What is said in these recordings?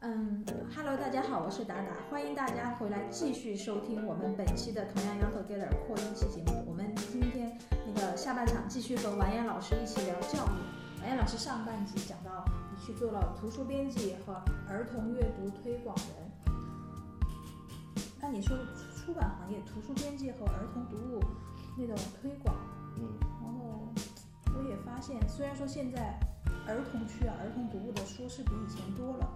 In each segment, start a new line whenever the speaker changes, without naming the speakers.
嗯，Hello，大家好，我是达达，欢迎大家回来继续收听我们本期的同样要和 Geller 扩音器节目。我们今天那个下半场继续和完颜老师一起聊教育。完颜老师上半集讲到你去做了图书编辑和儿童阅读推广人，那你说出版行业图书编辑和儿童读物那种推广，
嗯
然后我也发现，虽然说现在儿童区啊、儿童读物的书是比以前多了，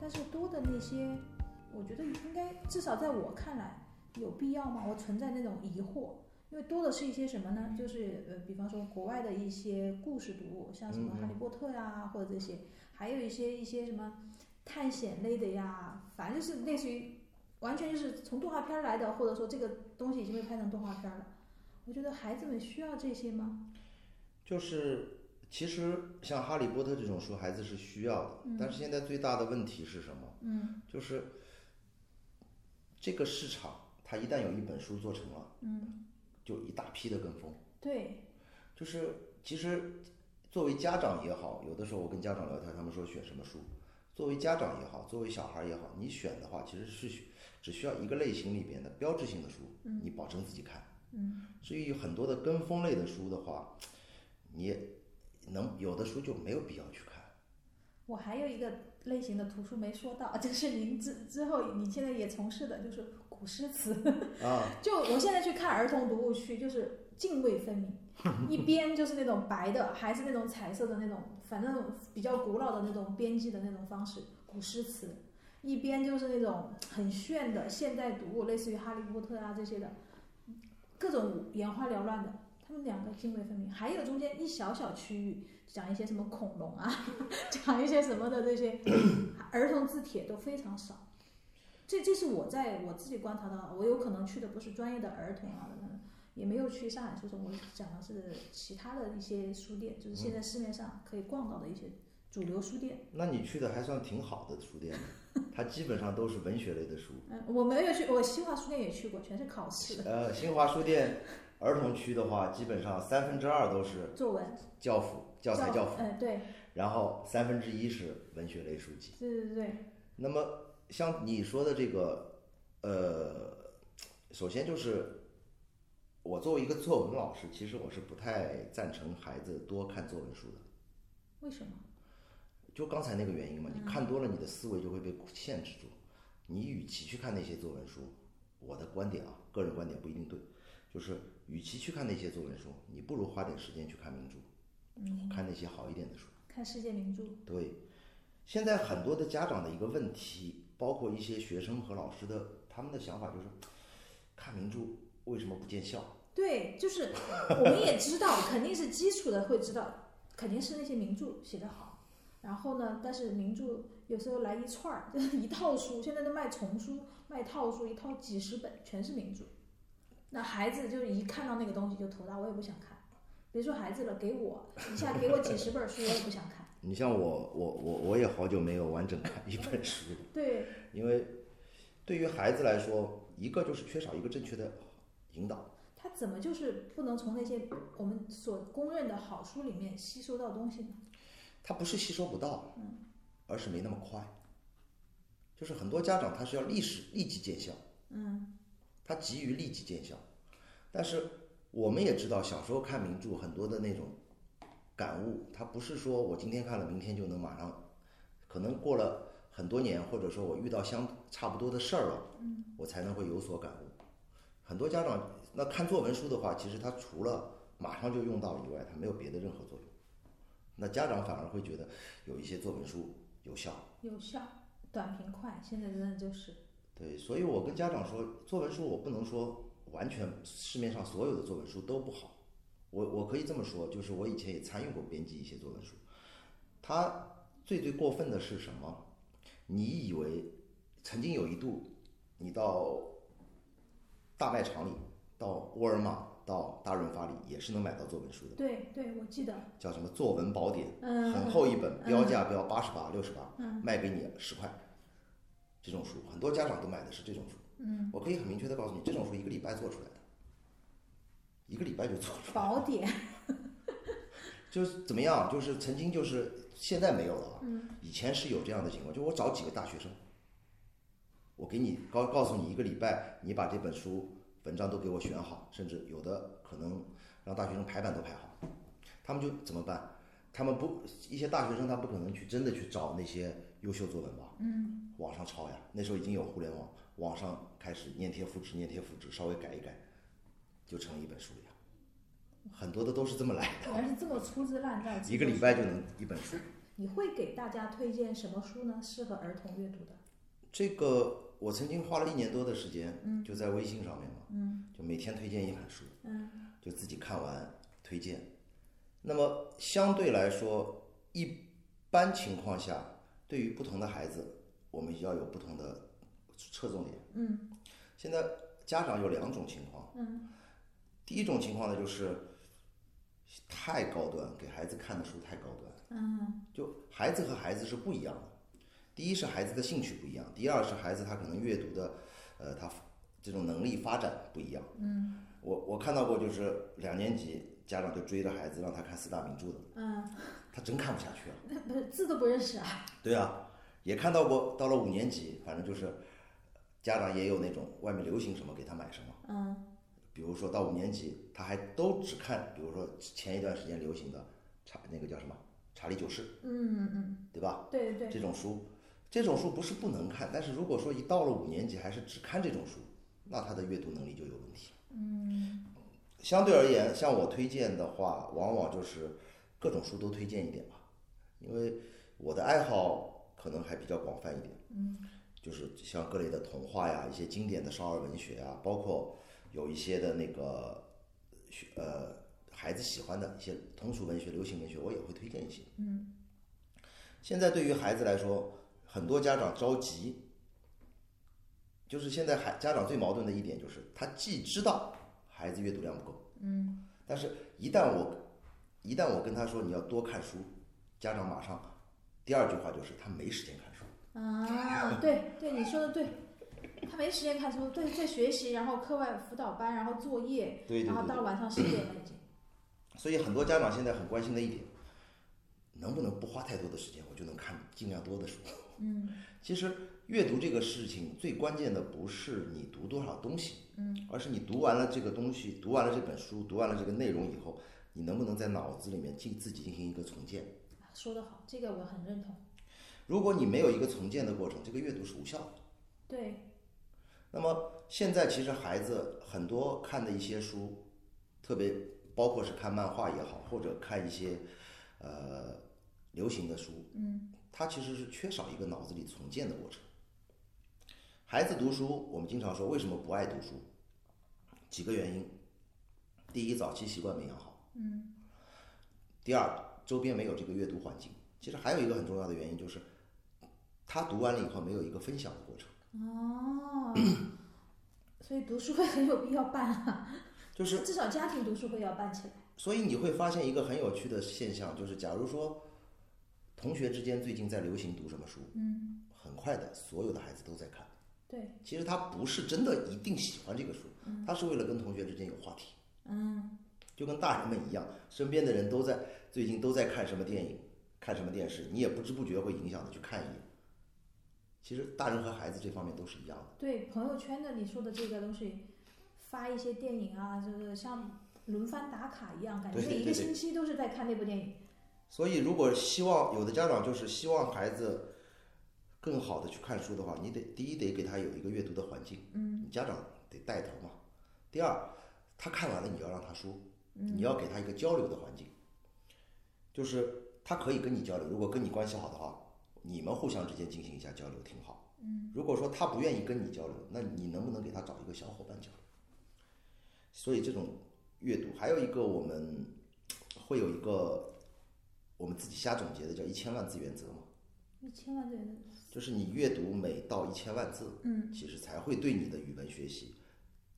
但是多的那些，我觉得应该至少在我看来有必要吗？我存在那种疑惑，因为多的是一些什么呢？就是呃，比方说国外的一些故事读物，像什么
嗯嗯
《哈利波特》呀，或者这些，还有一些一些什么探险类的呀，反正就是类似于完全就是从动画片儿来的，或者说这个东西已经被拍成动画片儿了。我觉得孩子们需要这些吗？
就是其实像《哈利波特》这种书，孩子是需要的，但是现在最大的问题是什么？
嗯
就是这个市场，它一旦有一本书做成了，
嗯，
就一大批的跟风。
对，
就是其实作为家长也好，有的时候我跟家长聊天，他们说选什么书，作为家长也好，作为小孩也好，你选的话其实是需只需要一个类型里边的标志性的书，你保证自己看。
嗯
至于很多的跟风类的书的话，你也能有的书就没有必要去看。
我还有一个类型的图书没说到，就是您之之后，你现在也从事的就是古诗词。
啊，
就我现在去看儿童读物区，就是泾渭分明，一边就是那种白的，还是那种彩色的那种，反正比较古老的那种编辑的那种方式，古诗词；一边就是那种很炫的现代读物，类似于《哈利波特》啊这些的，各种眼花缭乱的。他们两个泾渭分明，还有中间一小小区域讲一些什么恐龙啊， 讲一些什么的这些儿童字帖都非常少。这这是我在我自己观察到的，我有可能去的不是专业的儿童啊，嗯也没有去上海书城，我讲的是其他的一些书店，就是现在市面上可以逛到的一些主流书店。
那你去的还算挺好的书 店呢，它基本上都是文学类的书。
嗯，我没有去，我新华书店也去过，全是考试的
呃，新华书店儿童区的话，基本上三分之二都是
作文
教辅教材教辅，
嗯，对
然后三分之一是文学类书籍。
对对对，
那么像你说的这个，呃，首先就是。我作为一个作文老师，其实我是不太赞成孩子多看作文书的。
为什么？
就刚才那个原因嘛，你看多了，你的思维就会被限制住。你与其去看那些作文书，我的观点啊，个人观点不一定对，就是与其去看那些作文书，你不如花点时间去看名著，看那些好一点的书。
看世界名著，
对，现在很多的家长的一个问题，包括一些学生和老师的他们的想法就是，看名著为什么不见效？
对，就是我们也知道，肯定是基础的会知道，肯定是那些名著写得好。然后呢，但是名著有时候来一串儿， 就是一套书，现在都卖丛书、卖套书，一套几十本，全是名著。那孩子就一看到那个东西就头大，我也不想看。别说孩子了，给我一下给我几十本书，我也不 想看。
你像我，我我我也好久没有完整看一本书了。
对，
因为对于孩子来说，一个就是缺少一个正确的引导，
他怎么就是不能从那些我们所公认的好书里面吸收到东西呢？
他不是吸收不到，而是没那么快。就是很多家长他是要立时立即见效，
嗯，
他急于立即见效，但是我们也知道，小时候看名著很多的那种感悟，他不是说我今天看了，明天就能马上，可能过了很多年，或者说我遇到相差不多的事儿了，我才能会有所感悟。很多家长那看作文书的话，其实他除了马上就用到以外，他没有别的任何作用。那家长反而会觉得有一些作文书有效，
有效、短平快，现在真的就是。
对，所以我跟家长说，作文书我不能说完全市面上所有的作文书都不好，我我可以这么说，就是我以前也参与过编辑一些作文书，它最最过分的是什么？你以为曾经有一度，你到大卖场里，到沃尔玛、到大润发里也是能买到作文书的，
对对，我记得，
叫什么《作文宝典》，
嗯
很厚一本，标价标八十八、六十八，卖给你十块。这种书很多家长都买的是这种书，
嗯，
我可以很明确的告诉你，这种书一个礼拜做出来的，一个礼拜就做出来了。
宝典，
就是怎么样，就是曾经就是现在没有了啊，
嗯
以前是有这样的情况，就我找几个大学生，我给你告告诉你一个礼拜，你把这本书文章都给我选好，甚至有的可能让大学生排版都排好，他们就怎么办？他们不一些大学生他不可能去真的去找那些优秀作文吧，
嗯，
网上抄呀，那时候已经有互联网，网上开始粘贴复制，粘贴复制，稍微改一改，就成一本书了呀。很多的都是这么来
原
的，
来是这么粗制滥造。
一个礼拜就能一本书。
你会给大家推荐什么书呢？适合儿童阅读的？
这个我曾经花了一年多的时间，就在微信上面嘛，就每天推荐一本书，
嗯
就自己看完推荐。那么相对来说，一般情况下，对于不同的孩子，我们要有不同的侧重点。
嗯
现在家长有两种情况，
嗯
第一种情况呢，就是太高端，给孩子看的书太高端，
嗯
就孩子和孩子是不一样的。第一是孩子的兴趣不一样，第二是孩子他可能阅读的，呃，他这种能力发展不一样。
嗯
我我看到过，就是两年级家长就追着孩子让他看四大名著的，
嗯，
他真看不下去啊。
那不是字都不认识啊？
对啊，也看到过，到了五年级，反正就是家长也有那种外面流行什么给他买什么。
嗯
比如说到五年级，他还都只看，比如说前一段时间流行的查那个叫什么《查理九世》，
嗯嗯，
对吧？
对对
这
对，
种书，这种书不是不能看，但是如果说一到了五年级还是只看这种书，那他的阅读能力就有问题。
嗯
相对而言，像我推荐的话，往往就是各种书都推荐一点吧，因为我的爱好可能还比较广泛一点，
嗯
就是像各类的童话呀、一些经典的少儿文学呀，包括有一些的那个学呃孩子喜欢的一些通俗文学、流行文学，我也会推荐一些。
嗯
现在对于孩子来说，很多家长着急，就是现在孩家长最矛盾的一点就是，他既知道孩子阅读量不够，
嗯
但是一旦我一旦我跟他说你要多看书，家长马上第二句话就是他没时间看书。
啊，对对，你说的对。他没时间看书，对，在学习，然后课外辅导班，然后作业，
对
然后到晚上十点了已经。
所以很多家长现在很关心的一点，能不能不花太多的时间，我就能看尽量多的书。
嗯
其实阅读这个事情最关键的不是你读多少东西，
嗯，
而是你读完了这个东西，读完了这本书，读完了这个内容以后，你能不能在脑子里面进自己进行一个重建？
啊说得好，这个我很认同。
如果你没有一个重建的过程，这个阅读是无效的。
对，
那么现在其实孩子很多看的一些书，特别包括是看漫画也好，或者看一些呃流行的书，
嗯
它其实是缺少一个脑子里重建的过程。孩子读书，我们经常说为什么不爱读书？几个原因：第一，早期习惯没养好；
嗯
第二，周边没有这个阅读环境。其实还有一个很重要的原因就是，他读完了以后没有一个分享的过程。
哦， 所以读书会很有必要办啊，
就是
至少家庭读书会要办起来。
所以你会发现一个很有趣的现象，就是假如说同学之间最近在流行读什么书，
嗯，
很快的所有的孩子都在看。
对，
其实他不是真的一定喜欢这个书，他是为了跟同学之间有话题，
嗯
就跟大人们一样，身边的人都在最近都在看什么电影，看什么电视，你也不知不觉会影响的去看一眼。其实大人和孩子这方面都是一样的。
对，朋友圈的你说的这个东西，发一些电影啊，就是像轮番打卡一样，感觉
对对
每一
对
个
对
星期都是在看那部电影。
所以，如果希望有的家长就是希望孩子更好的去看书的话，你得第一得给他有一个阅读的环境，
嗯
你家长得带头嘛。第二，他看完了你要让他说，
嗯
你要给他一个交流的环境，就是他可以跟你交流，如果跟你关系好的话，你们互相之间进行一下交流挺好。
嗯
如果说他不愿意跟你交流，那你能不能给他找一个小伙伴交流？所以这种阅读，还有一个我们会有一个我们自己瞎总结的叫一千万字原则嘛，
一千万这个，
就是你阅读每到一千万字，
嗯，
其实才会对你的语文学习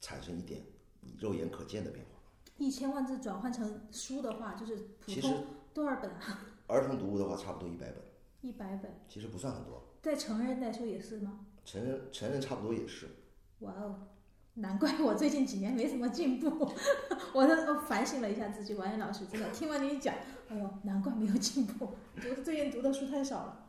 产生一点你肉眼可见的变化。
一千万字转换成书的话，就是普
其实
通多少本啊？
儿童读物的话，差不多一百本，
一百本，
其实不算很多，
在成人来说也是吗？
成人成人差不多也是。
哇哦，难怪我最近几年没什么进步，我都我反省了一下自己。王艳老师真的，听完你讲，哎呦，难怪没有进步，读最近读的书太少了。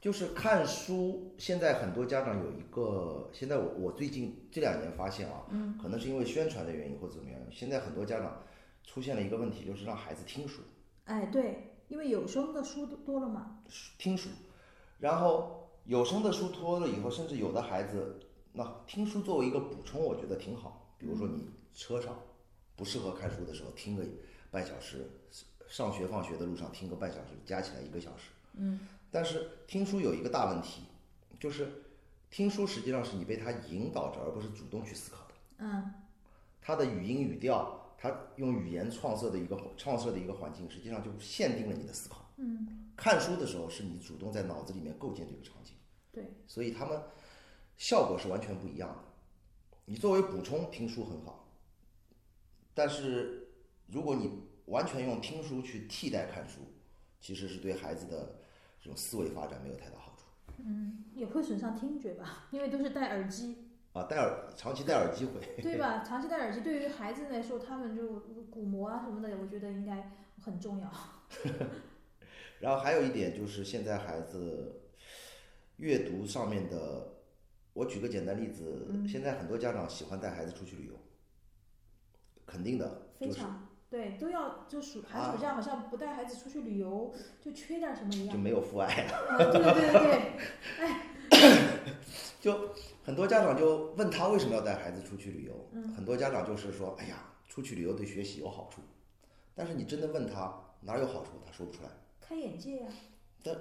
就是看书，现在很多家长有一个，现在我我最近这两年发现啊，
嗯，
可能是因为宣传的原因或者怎么样，现在很多家长出现了一个问题，就是让孩子听书，
哎，对，因为有声的书多多了嘛，
听书，然后有声的书多了以后，甚至有的孩子那听书作为一个补充，我觉得挺好。比如说你车上不适合看书的时候，听个半小时，上学放学的路上听个半小时，加起来一个小时。
嗯，
但是听书有一个大问题，就是听书实际上是你被他引导着，而不是主动去思考的。
嗯，
他的语音语调，他用语言创设的一个创设的一个环境，实际上就限定了你的思考。
嗯，
看书的时候是你主动在脑子里面构建这个场景，
对，
所以他们效果是完全不一样的。你作为补充听书很好，但是如果你完全用听书去替代看书，其实是对孩子的这种思维发展没有太大好处。
嗯，也会损伤听觉吧，因为都是戴耳机。
啊，戴耳长期戴耳机会，
对吧？长期戴耳机对于孩子来说，他们就鼓膜啊什么的，我觉得应该很重要。
然后还有一点就是现在孩子阅读上面的，我举个简单例子，现在很多家长喜欢带孩子出去旅游，肯定的，
非
就是啊
常对，都要就暑寒暑假好像不带孩子出去旅游，就缺点什么一
就
样。
没有父爱了。
啊，对对对对，
就很多家长就问他为什么要带孩子出去旅游，
嗯
很多家长就是说，哎呀，出去旅游对学习有好处，但是你真的问他哪有好处，他说不出来。
开眼界啊呀、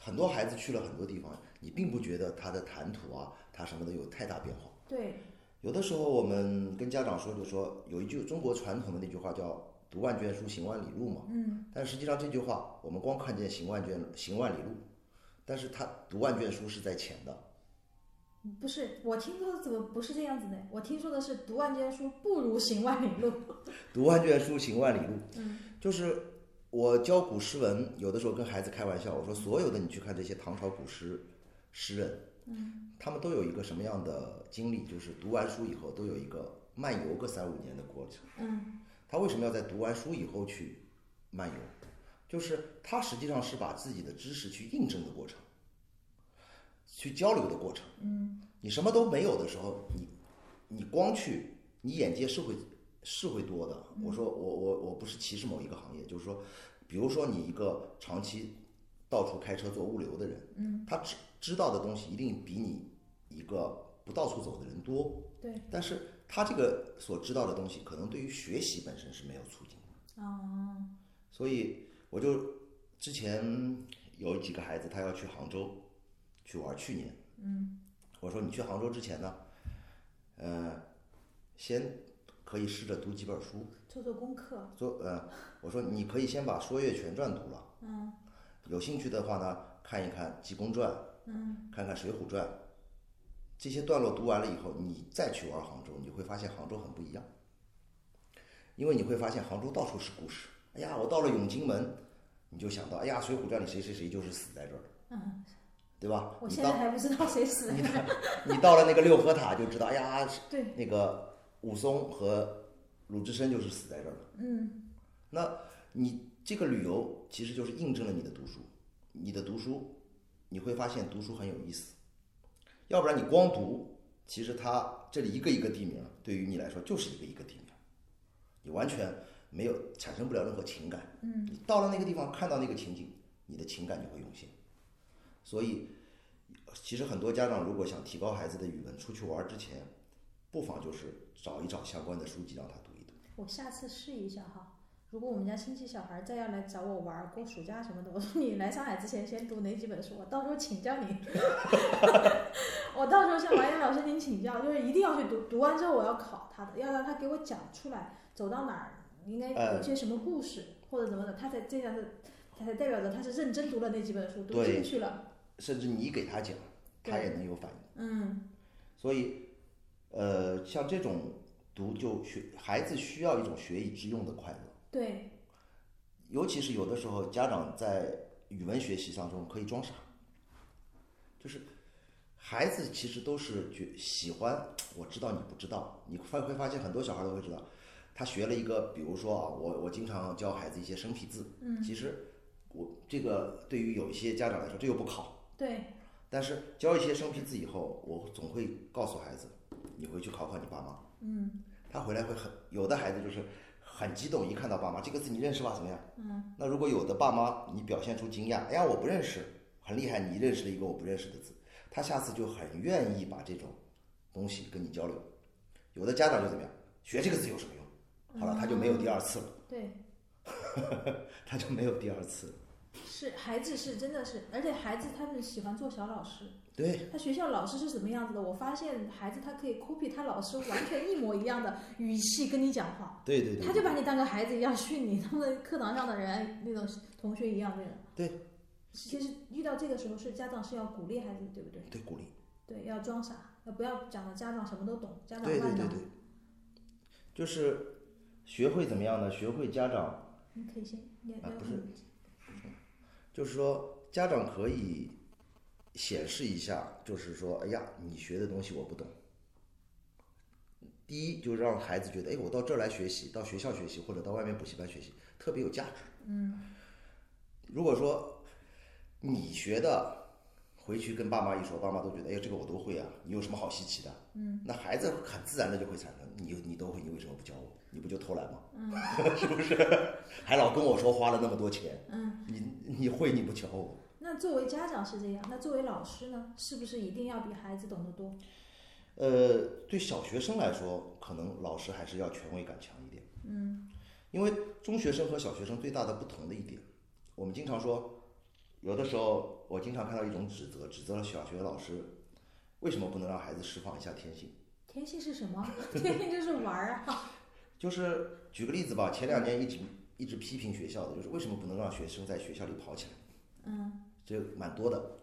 很多孩子去了很多地方，你并不觉得他的谈吐啊，他什么的有太大变化。
对，
有的时候我们跟家长说，就说有一句中国传统的那句话叫“读万卷书，行万里路”嘛。
嗯，
但实际上这句话，我们光看见“行万卷，行万里路”，但是他读万卷书是在前的。
不是我听说的怎么不是这样子呢？我听说的是读万卷书不如行万里路。
读万卷书，行万里路，
嗯
就是我教古诗文，有的时候跟孩子开玩笑，我说所有的你去看这些唐朝古诗诗人，
嗯，
他们都有一个什么样的经历，就是读完书以后都有一个漫游个三五年的过程。
嗯
他为什么要在读完书以后去漫游？就是他实际上是把自己的知识去印证的过程，去交流的过程。
嗯，
你什么都没有的时候，你你光去，你眼界是会是会多的。
嗯
我说我我我不是歧视某一个行业，就是说，比如说你一个长期到处开车做物流的人，
嗯，
他知知道的东西一定比你一个不到处走的人多。
对
但是他这个所知道的东西，可能对于学习本身是没有促进的。
啊，
所以我就之前有几个孩子，他要去杭州去玩，去年，
嗯
我说你去杭州之前呢，呃，先可以试着读几本书，
做做功课，
做呃，我说你可以先把《说岳全传》读了，
嗯
有兴趣的话呢，看一看《济公传》，
嗯
看看《水浒传》。这些段落读完了以后，你再去玩杭州，你会发现杭州很不一样，因为你会发现杭州到处是故事。哎呀，我到了永靖门，你就想到，哎呀，《水浒传》里谁谁谁就是死在这儿的，
嗯，
对吧？
我
你
现在
到
还不知道谁死。
你到了那个六合塔就知道，哎呀，
对，
那个武松和鲁智深就是死在这儿了。
嗯
那你这个旅游其实就是印证了你的读书，你的读书，你会发现读书很有意思。要不然你光读，其实它这里一个一个地名，对于你来说就是一个一个地名，你完全没有产生不了任何情感。
嗯
你到了那个地方，看到那个情景，你的情感就会涌现。所以，其实很多家长如果想提高孩子的语文，出去玩儿之前，不妨就是找一找相关的书籍让他读一读。
我下次试一下哈。如果我们家亲戚小孩再要来找我玩儿，过暑假什么的，我说你来上海之前先读哪几本书，我到时候请教 你。我到时候向王岩老师您请教，就是一定要去读，读完之后我要考他的，要让他给我讲出来，走到哪儿应该
呃
有些什么故事、或者怎么的，他才这样子，他才代表着他是认真读了那几本书，读
对
进去了。
甚至你给他讲，他也能有反应。
嗯
所以，呃，像这种读就学，孩子需要一种学以致用的快乐。
对，
尤其是有的时候，家长在语文学习当中可以装傻，就是孩子其实都是觉喜欢，我知道你不知道，你会会发现很多小孩都会知道，他学了一个，比如说啊，我我经常教孩子一些生僻字，
嗯，
其实我这个对于有一些家长来说，这又不考，
对，
但是教一些生僻字以后，我总会告诉孩子，你回去考考你爸妈，
嗯
他回来会很有的孩子就是很激动，一看到爸妈这个字你认识吧？怎么样？
嗯
那如果有的爸妈你表现出惊讶，哎呀我不认识，很厉害，你认识了一个我不认识的字，他下次就很愿意把这种东西跟你交流。有的家长就怎么样，学这个字有什么用？好了，他就没有第二次了，
对，
他就没有第二次了。
是孩子是真的是，而且孩子他们喜欢做小老师，
对，
他学校老师是什么样子的？我发现孩子他可以 copy 他老师完全一模一样的语气跟你讲话，
对对
他
对，
就把你当个孩子一样训你，他们课堂上的人那种同学一样那种。
对。
其实遇到这个时候，是家长是要鼓励孩子，对不对？
对鼓励，
对，要装傻，呃要不要讲的家长什么都懂，家长
对对
乱
对
讲。
对，就是学会怎么样呢？学会家长
你可以先，你要
啊
要
不是就是说家长可以显示一下，就是说，哎呀，你学的东西我不懂。第一，就让孩子觉得，哎，我到这儿来学习，到学校学习，或者到外面补习班学习，特别有价值。
嗯
如果说你学的，回去跟爸妈一说，爸妈都觉得，哎呀，这个我都会啊，你有什么好稀奇的？
嗯
那孩子很自然的就会产生，你你都会，你为什么不教我？你不就偷懒吗？
嗯
是不是？还老跟我说花了那么多钱，
嗯。
你你会你不教我？
那作为家长是这样，那作为老师呢，是不是一定要比孩子懂得多？
呃，对小学生来说，可能老师还是要权威感强一点，
嗯
因为中学生和小学生最大的不同的一点，我们经常说，有的时候我经常看到一种指责，指责了小学老师为什么不能让孩子释放一下天性。
天性是什 么？天性就是玩儿啊。
就是举个例子吧，前两年一直一直批评学校的，就是为什么不能让学生在学校里跑起来，
嗯
这蛮多的。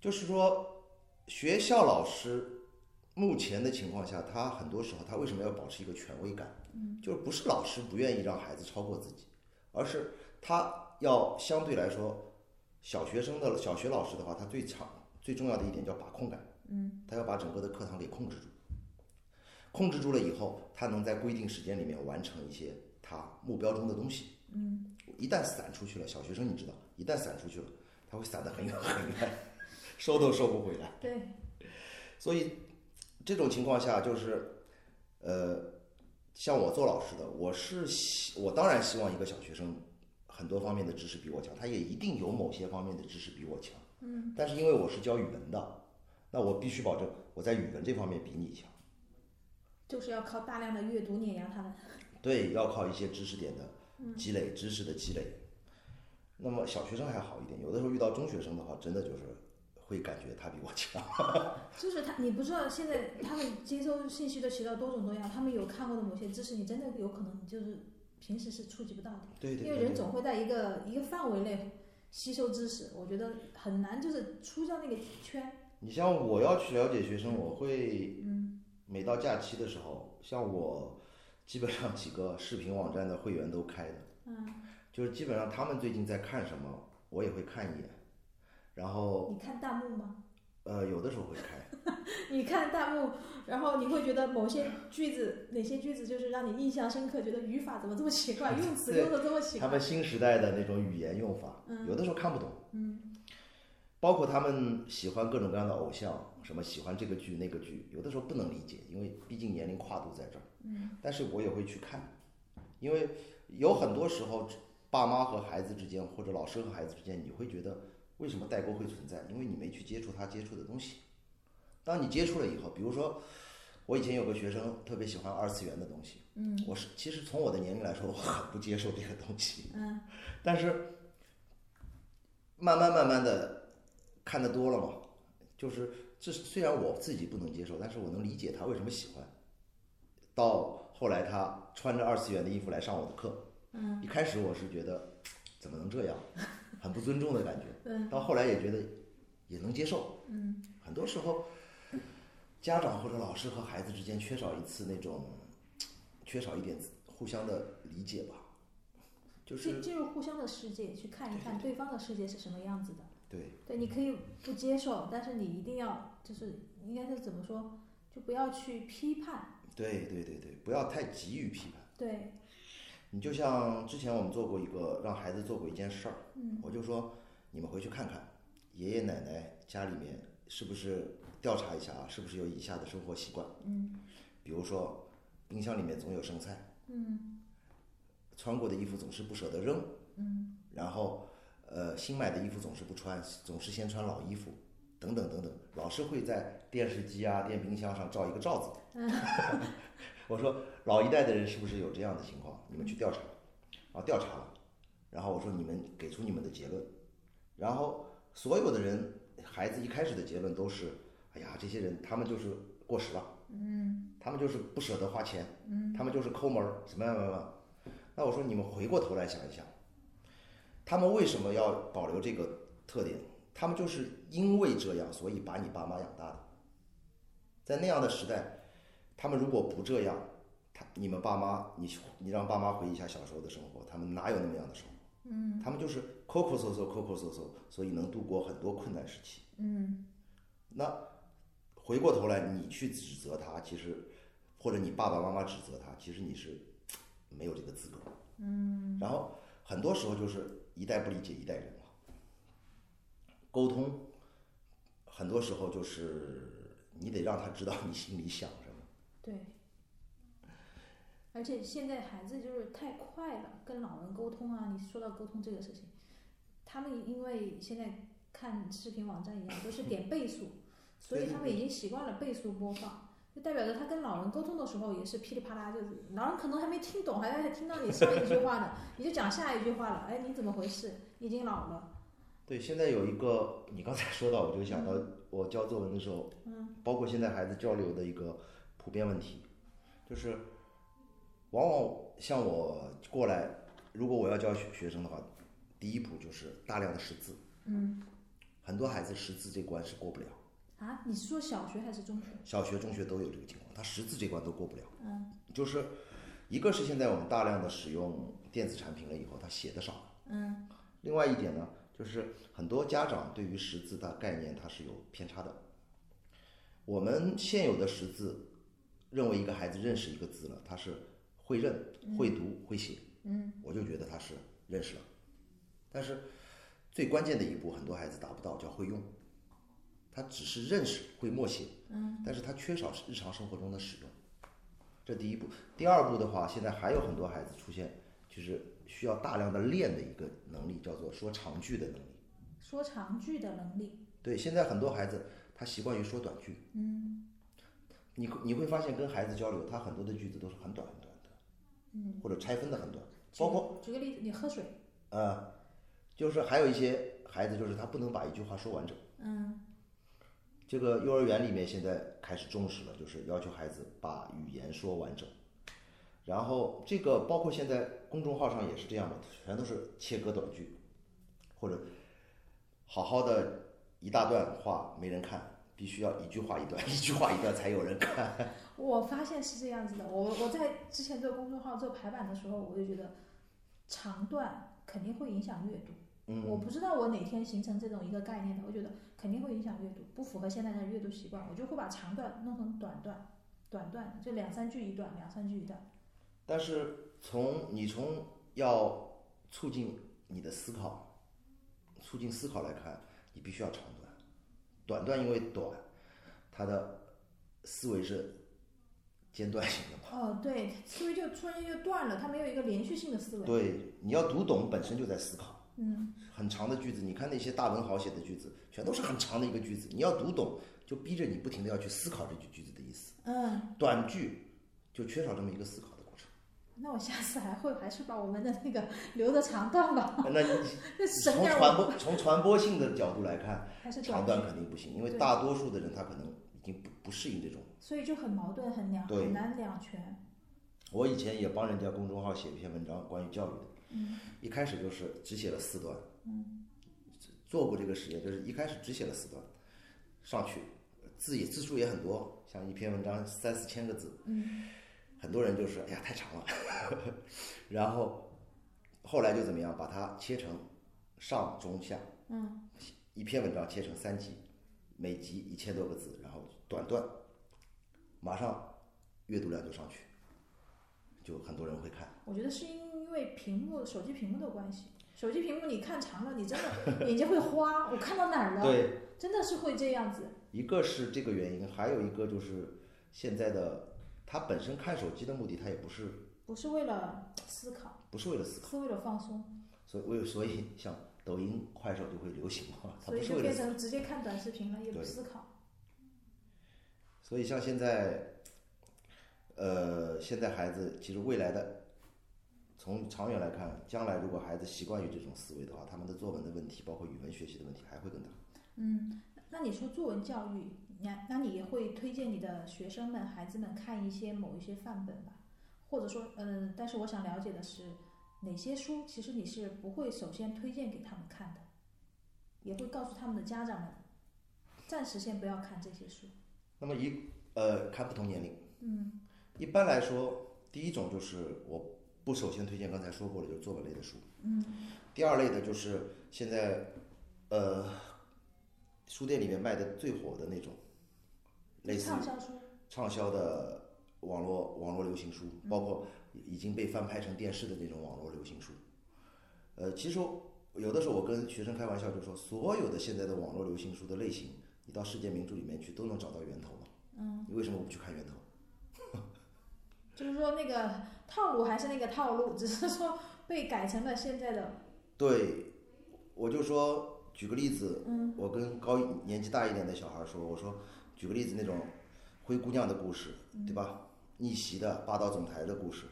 就是说，学校老师目前的情况下，他很多时候他为什么要保持一个权威感？
嗯
就是不是老师不愿意让孩子超过自己，而是他要相对来说，小学生的小学老师的话，他最强最重要的一点叫把控感，
嗯
他要把整个的课堂给控制住。控制住了以后，他能在规定时间里面完成一些他目标中的东西。
嗯，
一旦散出去了，小学生你知道，一旦散出去了，他会散得很远很远，收都收不回来。
对，
所以这种情况下，就是呃，像我做老师的，我是希我当然希望一个小学生很多方面的知识比我强，他也一定有某些方面的知识比我强。
嗯
但是因为我是教语文的，那我必须保证我在语文这方面比你强。
就是要靠大量的阅读碾压他们。
对，要靠一些知识点的
嗯
积累，知识的积累。那么小学生还好一点，有的时候遇到中学生的话，真的就是会感觉他比我 强。
就是他，你不知道现在他们接收信息的渠道多种多样，他们有看过的某些知识，你真的有可能你就是平时是触及不到的，
对对
因为
对
人
对，
总会在一个一个范围内吸收知识，我觉得很难就是出到那个圈。
你像我要去了解学生，我会
嗯
每到假期的时候，像我基本上几个视频网站的会员都开的，
嗯，
就是基本上他们最近在看什么，我也会看一眼。然后
你看弹幕吗？
呃，有的时候会开，
你看弹幕，然后你会觉得某些句子，哪些句子就是让你印象深刻，觉得语法怎么这么奇怪，用词
对
用的这么奇
他
怪。
们新时代的那种语言用法，
嗯
有的时候看不懂，
嗯
包括他们喜欢各种各样的偶像，什么喜欢这个剧那个剧，有的时候不能理解，因为毕竟年龄跨度在这儿。
嗯
但是我也会去看，因为有很多时候，爸妈和孩子之间，或者老师和孩子之间，你会觉得为什么代沟会存在？因为你没去接触他接触的东西。当你接触了以后，比如说，我以前有个学生特别喜欢二次元的东西，
嗯
我是其实从我的年龄来说，我很不接受这个东西，
嗯
但是慢慢慢慢的看得多了嘛，就是这虽然我自己不能接受，但是我能理解他为什么喜欢。到后来他穿着二次元的衣服来上我的课，
嗯
一开始我是觉得怎么能这样，很不尊重的感觉，
嗯
到后来也觉得也能接受。
嗯，
很多时候，家长或者老师和孩子之间缺少一次那种缺少一点互相的理解吧，就是
进进入互相的世界，去看一看对方的世界是什么样子的。
对，
对，你可以不接受，但是你一定要就是应该是怎么说，就不要去批判。
对，对，对，对，不要太急于批判。
对，
你就像之前我们做过一个让孩子做过一件事儿，
嗯
我就说你们回去看看，爷爷奶奶家里面是不是调查一下啊，是不是有以下的生活习惯？
嗯
比如说，冰箱里面总有剩菜，
嗯
穿过的衣服总是不舍得扔，
嗯
然后呃新买的衣服总是不穿，总是先穿老衣服，等等等等，老是会在电视机啊、电冰箱上照一个罩子。我说老一代的人是不是有这样的情况？你们去调查，然后调查了，然后我说你们给出你们的结论，然后所有的人孩子一开始的结论都是，哎呀，这些人他们就是过时了。
嗯
他们就是不舍得花钱，
嗯
他们就是抠门儿，什么样什么样。那我说你们回过头来想一想，他们为什么要保留这个特点？他们就是因为这样，所以把你爸妈养大的。在那样的时代，他们如果不这样，他你们爸妈，你你让爸妈回忆一下小时候的生活，他们哪有那么样的生活？
嗯
他们就是抠抠搜搜，抠抠搜搜，所以能度过很多困难时期。
嗯
那回过头来，你去指责他，其实或者你爸爸妈妈指责他，其实你是没有这个资格。嗯。然后很多时候就是一代不理解一代人嘛，沟通很多时候就是你得让他知道你心里想什么。
对。而且现在孩子就是太快了，跟老人沟通啊，你说到沟通这个事情，他们因为现在看视频网站一样，都是点倍速，所以他们已经习惯了倍速播放，就代表着他跟老人沟通的时候也是噼里啪啦，就是老人可能还没听懂，还在听到你上一句话呢，你就讲下一句话了，哎，你怎么回事？已经老了，
对，现在有一个你刚才说到，我就想到我教作文的时候，
嗯，
包括现在孩子交流的一个普遍问题，就是往往像我过来，如果我要教学学生的话，第一步就是大量的识字，
嗯，
很多孩子识字这关是过不了，
啊，你说小学还是中学？
小学、中学都有这个情况，他识字这关都过不了。
嗯
就是一个是现在我们大量的使用电子产品了以后，他写的少了。
嗯
另外一点呢，就是很多家长对于识字的概念它是有偏差的。我们现有的识字，认为一个孩子认识一个字了，他是会认、会读、会写，
嗯
我就觉得他是认识了。但是最关键的一步，很多孩子达不到，叫会用。他只是认识、会默写，
嗯
但是他缺少日常生活中的使用，这第一步。第二步的话，现在还有很多孩子出现，就是需要大量的练的一个能力，叫做说长句的能力。
说长句的能力，
对，现在很多孩子他习惯于说短句，
嗯
你你会发现跟孩子交流，他很多的句子都是很短很短很短，
嗯，
或者拆分的很短，包括
举个例子，你喝水，
呃，就是还有一些孩子就是他不能把一句话说完整。
嗯
这个幼儿园里面现在开始重视了，就是要求孩子把语言说完整。然后这个包括现在公众号上也是这样的，全都是切割短句，或者好好的一大段话没人看，必须要一句话一段， 一句话一段才有人看。
我发现是这样子的，我我在之前做公众号做排版的时候，我就觉得长段肯定会影响阅读。我
嗯，
不知道我哪天形成这种一个概念的，我觉得肯定会影响阅读，不符合现在的阅读习惯，我就会把长段弄成短段，短段就两三句一段，两三句一段。
但是从你从要促进你的思考，促进思考来看，你必须要长短，短段因为短， 它的思维是间断性的嘛。
哦，对，思维就突然间就断了，它没有一个连续性的思维。
对，你要读懂本身就在思考，
嗯
很长的句子，你看那些大文豪写的句子，全都是很长的一个句子，你要读懂，就逼着你不停的要去思考这句句子的意思。
嗯，
短句就缺少这么一个思考的过程。
那我下次还会还是把我们的那个留的长段吧，
哎那你
那省
从
点儿
传
我
播从传播性的角度来看，
还是
长
短
段
句，
肯定不行，因为
对
大多数的人他可能已经不不适应这种。
所以就很矛盾，很两
对
很难两全。
我以前也帮人家公众号写一篇文章关于教育的，
嗯
一开始就是只写了四段，
嗯
做过这个实验，就是一开始只写了四段，上去字也字数也很多，像一篇文章三四千个字，
嗯
很多人就是哎呀太长了， 然后后来就怎么样，把它切成上中下，
嗯
一篇文章切成三集，每集一千多个字，然后短段，马上阅读量就上去，就很多人会看。
我觉得是因为屏幕、手机屏幕的关系，手机屏幕你看长了，你真 的眼睛会花。我看到哪儿了？
对，
真的是会这样子。
一个是这个原因，还有一个就是现在的他本身看手机的目的，他也不是
不是为了思考，
不是为了思考，
是为了放松，
所以为所以像抖音、快手就会流行嘛，它
所
不
以
是
就
为了
变
思考。
成直接看短视频了，也不
对
思考。
所以像现在，呃，现在孩子其实未来的，从长远来看，将来如果孩子习惯于这种思维的话，他们的作文的问题，包括语文学习的问题还会更大。
嗯，那你说作文教育，那那你也会推荐你的学生们、孩子们看一些某一些范本吧？或者说，嗯，但是我想了解的是，哪些书其实你是不会首先推荐给他们看的，也会告诉他们的家长们，暂时先不要看这些书。
那么一呃，看不同年龄。
嗯
一般来说，第一种就是我不首先推荐刚才说过的，就是作文类的书。
嗯
第二类的就是现在，呃，书店里面卖的最火的那种，类似于
畅销书，
畅销的网络网络流行书，包括已经被翻拍成电视的那种网络流行书。呃，其实有的时候我跟学生开玩笑，就说所有的现在的网络流行书的类型，你到世界名著里面去都能找到源头嘛。
嗯，
你为什么不去看源头？
就是说那个套路还是那个套路，只是说被改成了现在的，
对，我就说举个例子，
嗯
我跟高一年纪大一点的小孩说，我说举个例子，那种灰姑娘的故事，对吧？逆袭的霸道总裁的故事，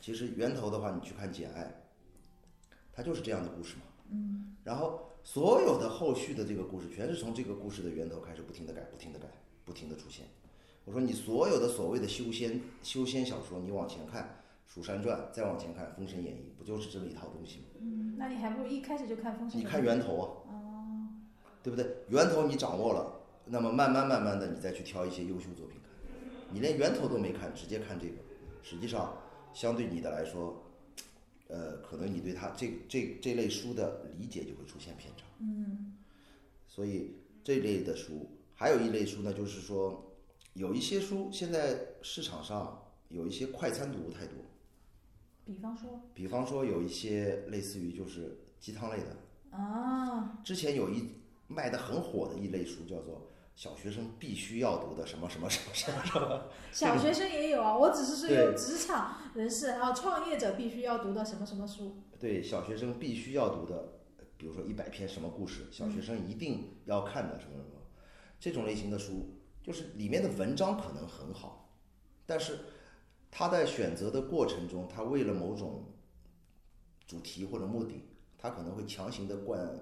其实源头的话，你去看《简爱》，它就是这样的故事嘛。嗯。然后所有的后续的这个故事，全是从这个故事的源头开始，不停的改，不停的改，不停的出现。我说你所有的所谓的修仙修仙小说，你往前看《蜀山传》，再往前看《封神演义》，不就是这么一套东西吗？
嗯，那你还不如一开始就看《封神
你
演义》。
看源头啊，对不对？源头你掌握了，那么慢慢慢慢的，你再去挑一些优秀作品看。你连源头都没看，直接看这个，实际上相对你的来说，呃，可能你对它这这这类书的理解就会出现偏差。
嗯
所以这类的书，还有一类书呢，就是说有一些书现在市场上有一些快餐读物太多，
比方说
比方说有一些类似于就是鸡汤类的，
啊。
之前有一卖的很火的一类书，叫做小学生必须要读的什么什么什么什么什么。
小学生也有啊，我只是是有
对
职场人士，还有创业者必须要读的什么什么书。
对，小学生必须要读的，呃比如说一百篇什么故事，小学生一定要看的什么什么，这种类型的书，就是里面的文章可能很好，但是他在选择的过程中，他为了某种主题或者目的，他可能会强行的灌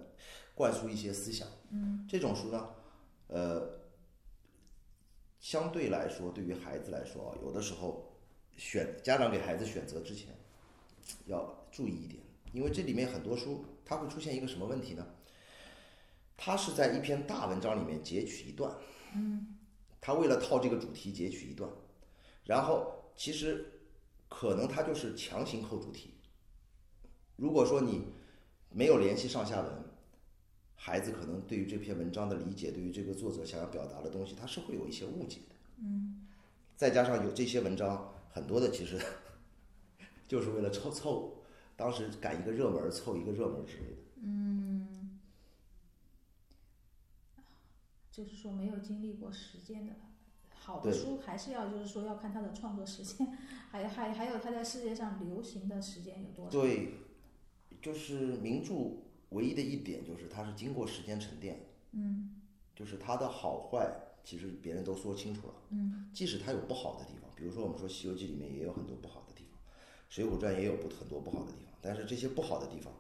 灌输一些思想。嗯，这种书呢，呃，相对来说，对于孩子来说啊，有的时候选家长给孩子选择之前。要注意一点，因为这里面很多书它会出现一个什么问题呢？它是在一篇大文章里面截取一段，嗯，它为了套这个主题截取一段，然后其实可能它就是强行扣主题。如果说你没有联系上下文，孩子可能对于这篇文章的理解，对于这个作者想要表达的东西，他是会有一些误解的。嗯，再加上有这些文章很多的，其实就是为了凑凑，当时赶一个热门儿凑一个热门儿之类的。
就是说没有经历过实践的好的
对
书，还是要就是说要看他的创作实践，还还还有他在世界上流行的时间有多少。
对，就是名著唯一的一点就是它是经过时间沉淀，
嗯
就是它的好坏其实别人都说清楚了。
嗯，
即使它有不好的地方，比如说我们说《西游记》里面也有很多不好的地方，《水浒传》也有不很多不好的地方，但是这些不好的地方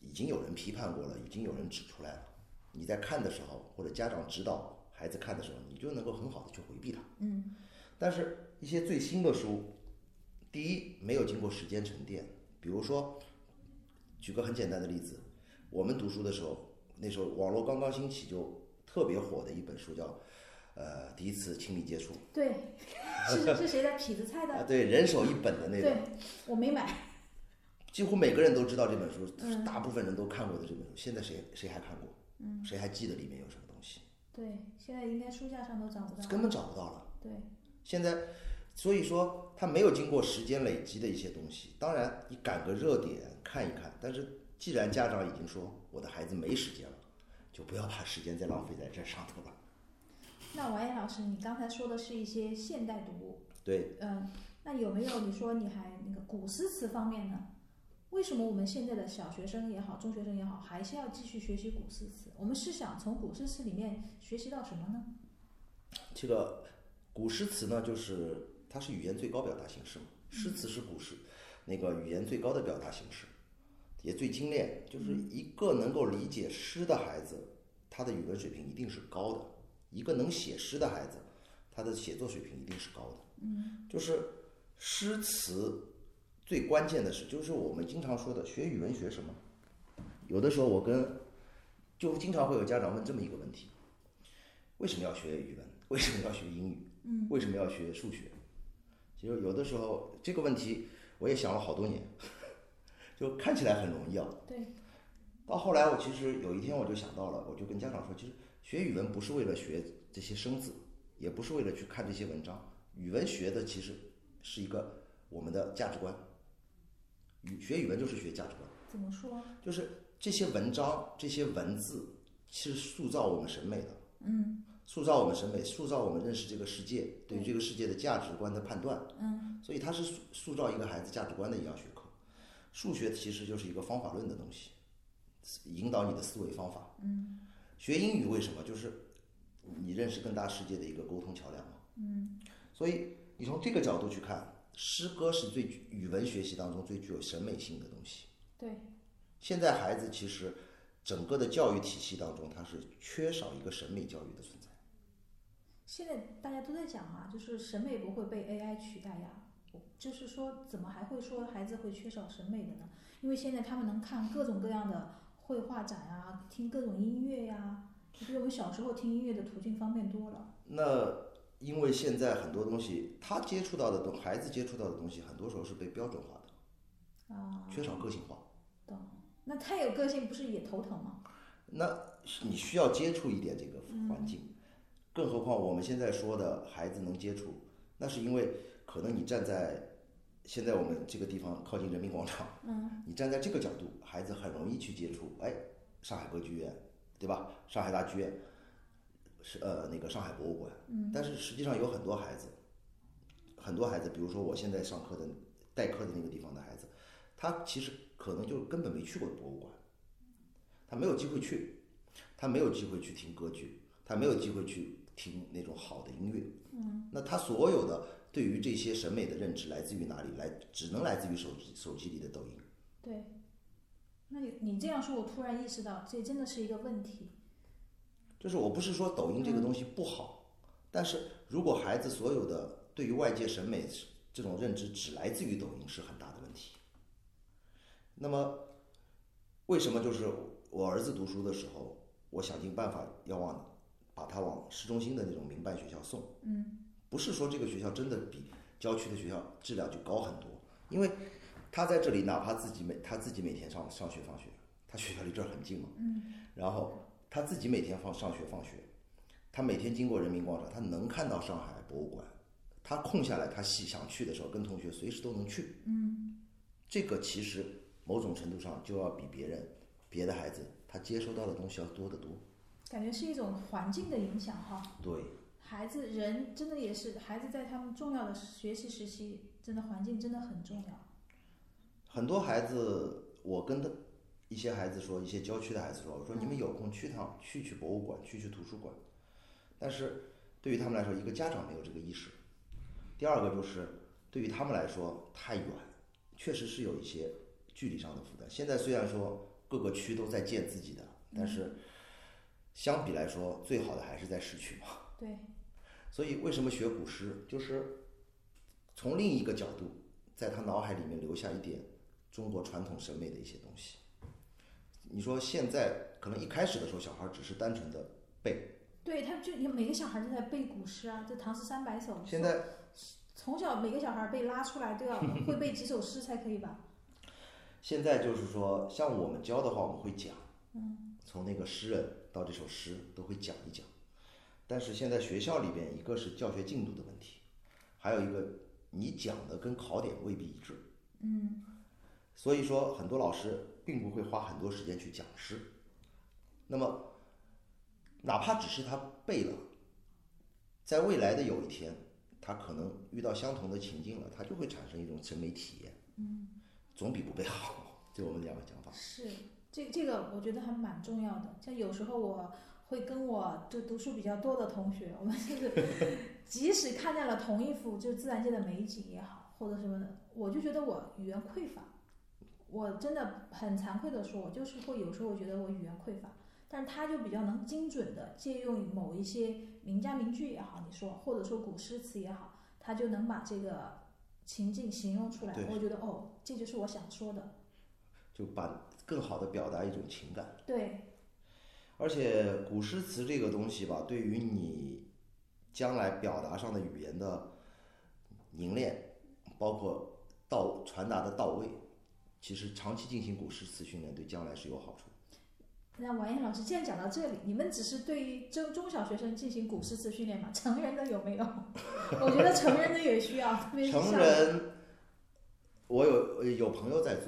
已经有人批判过了，已经有人指出来了。你在看的时候，或者家长指导孩子看的时候，你就能够很好的去回避它。
嗯
但是，一些最新的书，第一没有经过时间沉淀。比如说，举个很简单的例子，我们读书的时候，那时候网络刚刚兴起，就特别火的一本书叫，呃，第一次亲密接触
对，是是谁的痞子蔡
啊，
的？
对，人手一本的那种
对，，我没买。
几乎每个人都知道这本书
嗯，
大部分人都看过的这本书，现在谁谁还看过？
嗯，
谁还记得里面有什么东西？
对，现在应该书架上都找不到。
根本找不到了。
对，
现在，所以说它没有经过时间累积的一些东西。当然，你赶个热点看一看，但是既然家长已经说我的孩子没时间了，就不要把时间再浪费在这上头了。
那王艳老师，你刚才说的是一些现代读物，
对，
嗯，那有没有你说你还那个古诗词方面呢？为什么我们现在的小学生也好，中学生也好，还是要继续学习古诗词？我们是想从古诗词里面学习到什么呢？
这个古诗词呢，就是它是语言最高表达形式嘛，诗词是古诗那个语言最高的表达形式，也最精炼。就是一个能够理解诗的孩子，他的语文水平一定是高的；一个能写诗的孩子，他的写作水平一定是高的。嗯，就是诗词最关键的是，就是我们经常说的学语文学什么？有的时候我跟就经常会有家长问这么一个问题。为什么要学语文？ 为什么要学英语？嗯，为什么要学数学？其实有的时候这个问题我也想了好多年， 就看起来很容易啊。
对，
到后来我其实有一天我就想到了，我就跟家长说，其实学语文不是为了学这些生字，也不是为了去看这些文章，语文学的其实是一个我们的价值观。语学语文就是学价值观。
怎么说？
就是这些文章、这些文字是塑造我们审美的，嗯，塑造我们审美，塑造我们认识这个世界，对于这个世界的价值观的判断，嗯，所以它是塑塑造一个孩子价值观的一样学科。数学其实就是一个方法论的东西，引导你的思维方法。嗯，学英语为什么？就是你认识更大世界的一个沟通桥梁嘛。嗯，所以你从这个角度去看，诗歌是最具语文学习当中最具有审美性的东西。
对，
现在孩子其实整个的教育体系当中，他是缺少一个审美教育的存在。
现在大家都在讲啊，就是审美不会被 AI 取代呀。就是说，怎么还会说孩子会缺少审美的呢？因为现在他们能看各种各样的绘画展啊，听各种音乐呀、就比我们小时候听音乐的途径方便多了。
那因为现在很多东西，他接触到的东，孩子接触到的东西，很多时候是被标准化的，
啊，
缺少个性化。
懂。那太有个性不是也头疼吗？
那你需要接触一点这个环境，更何况我们现在说的孩子能接触，那是因为可能你站在现在我们这个地方靠近人民广场，嗯，你站在这个角度，孩子很容易去接触，哎，上海歌剧院，对吧？上海大剧院，是呃那个上海博物馆，嗯，但是实际上有很多孩子，很多孩子，比如说我现在上课的代课的那个地方的孩子，他其实可能就根本没去过博物馆。他没有机会去，他没有机会去听歌剧，他没有机会去听那种好的音乐。嗯，那他所有的对于这些审美的认知来自于哪里？来，只能来自于手机手机里的抖音。
对。那你你这样说，我突然意识到，这真的是一个问题。
就是我不是说抖音这个东西不好，但是如果孩子所有的对于外界审美这种认知只来自于抖音，是很大的问题。那么，为什么就是我儿子读书的时候，我想尽办法要往把他往市中心的那种民办学校送？
嗯，
不是说这个学校真的比郊区的学校质量就高很多，因为他在这里哪怕自己每他自己每天上上学放学，他学校离这儿很近嘛，然后他自己每天放上学放学，他每天经过人民广场，他能看到上海博物馆，他空下来，他喜想去的时候，跟同学随时都能去。嗯，这个其实某种程度上就要比别人、别的孩子他接收到的东西要多得多。
感觉是一种环境的影响哈。
对，
孩子人真的也是，孩子在他们重要的学习时期，真的环境真的很重要。
很多孩子，我跟他一些孩子说，一些郊区的孩子说，我说你们有空去趟，去去博物馆，去去图书馆。但是对于他们来说，一个家长没有这个意识，第二个就是对于他们来说太远，确实是有一些距离上的负担。现在虽然说各个区都在建自己的，但是相比来说，最好的还是在市区嘛。
对，
所以为什么学古诗，就是从另一个角度，在他脑海里面留下一点中国传统审美的一些东西。你说现在可能一开始的时候，小孩只是单纯的背，
对，他就每个小孩都在背古诗啊，就《唐诗三百首》。
现在
从小每个小孩被拉出来 都要会背几首诗才可以吧？
现在就是说，像我们教的话，我们会讲，嗯，从那个诗人到这首诗都会讲一讲。但是现在学校里边，一个是教学进度的问题，还有一个你讲的跟考点未必一致。
嗯
所以说，很多老师并不会花很多时间去讲诗。那么，哪怕只是他背了，在未来的有一天，他可能遇到相同的情境了，他就会产生一种审美体验，
嗯，
总比不背好。 就我们两个讲法，
是这这个我觉得还蛮重要的。像有时候我会跟我就读书比较多的同学，我们就是 即使看见了同一幅就自然界的美景也好，或者什么的，我就觉得我语言匮乏。我真的很惭愧的说，我就是会有时候我觉得我语言匮乏，但是他就比较能精准的借用某一些名家名句也好，你说或者说古诗词也好，他就能把这个情境形容出来
对。
我觉得哦，这就是我想说的。
就把更好的表达一种情感。
对，
而且古诗词这个东西吧，对于你将来表达上的语言的凝练，包括到传达的到位，其实长期进行古诗词训练对将来是有好处。
那王艳老师，既然讲到这里，你们只是对于中中小学生进行古诗词训练嘛？成人的有没有？ 我觉得成人的也需要，特别是
成
像
人，我有有朋友在做，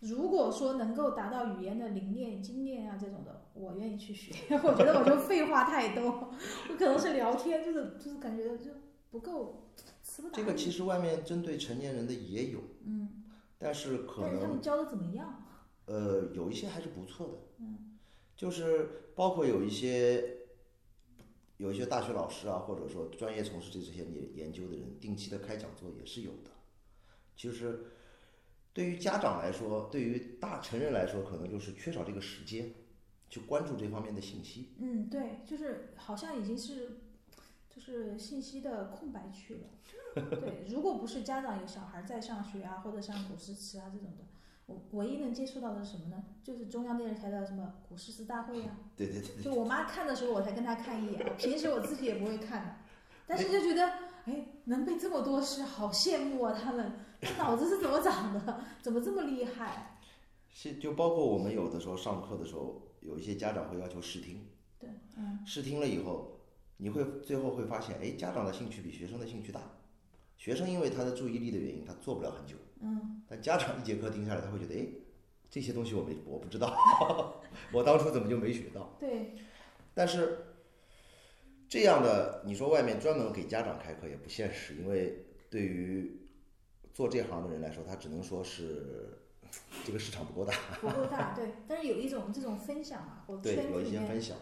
如果说能够达到语言的凝练、精炼啊这种的，我愿意去学。 我觉得我就废话太多，我可能是聊天，就是就是感觉就不够词不达
这
意。
个其实外面针对成年人的也有，
嗯，
但是可
但是他
能
们教的怎么样？
呃，有一些还是不错的，
嗯，
就是包括有一些有一些大学老师啊，或者说专业从事这这些研研究的人，定期的开讲座也是有的。其实对于家长来说，对于大成人来说，可能就是缺少这个时间去关注这方面的信息。
嗯，对，就是好像已经是就是信息的空白区了。 对，如果不是家长有小孩在上学啊，或者上古诗词啊这种的，我唯一能接触到的是什么呢？就是中央电视台的什么古诗词大会 啊。
对对对对，
就我妈看的时候，我才跟她看一眼，我平时我自己也不会看的。但是就觉得，哎，能背这么多诗，好羡慕啊！他们这脑子是怎么长的？ 怎么这么厉害？
是就包括我们有的时候上课的时候，有一些家长会要求试听，
对，嗯，
试听了以后，你会最后会发现，哎，家长的兴趣比学生的兴趣大。学生因为他的注意力的原因，他做不了很久。
嗯，
但家长一节课听下来，他会觉得，哎，这些东西我没我不知道， 我当初怎么就没学到？
对，
但是这样的，你说外面专门给家长开课也不现实，因为对于做这行的人来说，他只能说是这个市场不 够大，
不够大，对。但是有一种这种分享啊，我
对，
圈子
有一
里
些
面
分享。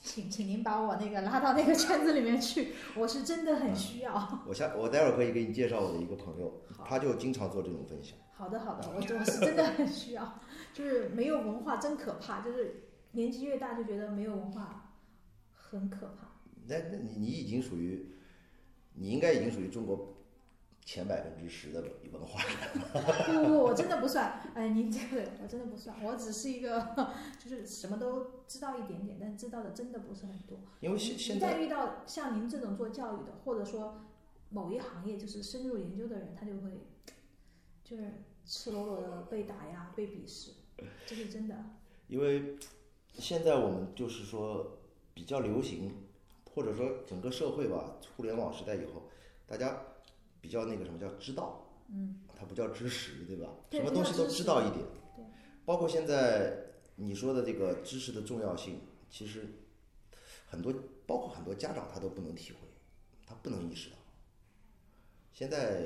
请请您把我那个拉到那个圈子里面去，我是真的
嗯
很需要。
我下我待会儿可以给你介绍我的一个朋友，
好
他就经常做这种分享。
好的好的，我我是真的很需要，就是没有文化真可怕，就是年纪越大就觉得没有文化很可怕。
那那你你已经属于，你应该已经属于中国前百分之十的文化人。
不不不，我真的不算，哎，您这个我真的不算，我只是一个 就是什么都知道一点点，但知道的真的不是很多。
因为现
一
现在
旦遇到像您这种做教育的，或者说某一行业就是深入研究的人，他就会 就是赤裸裸的被打压、被鄙 视，这是真的。
因为现在我们就是说比较流行，或者说整个社会吧，互联网时代以后，大家比较那个什么叫知道，
嗯，
它不叫知识，对吧？
对
什么东西都知道一点
对。
包括现在你说的这个知识的重要性，其实很多，包括很多家长他都不能体会，他不能意识到。现在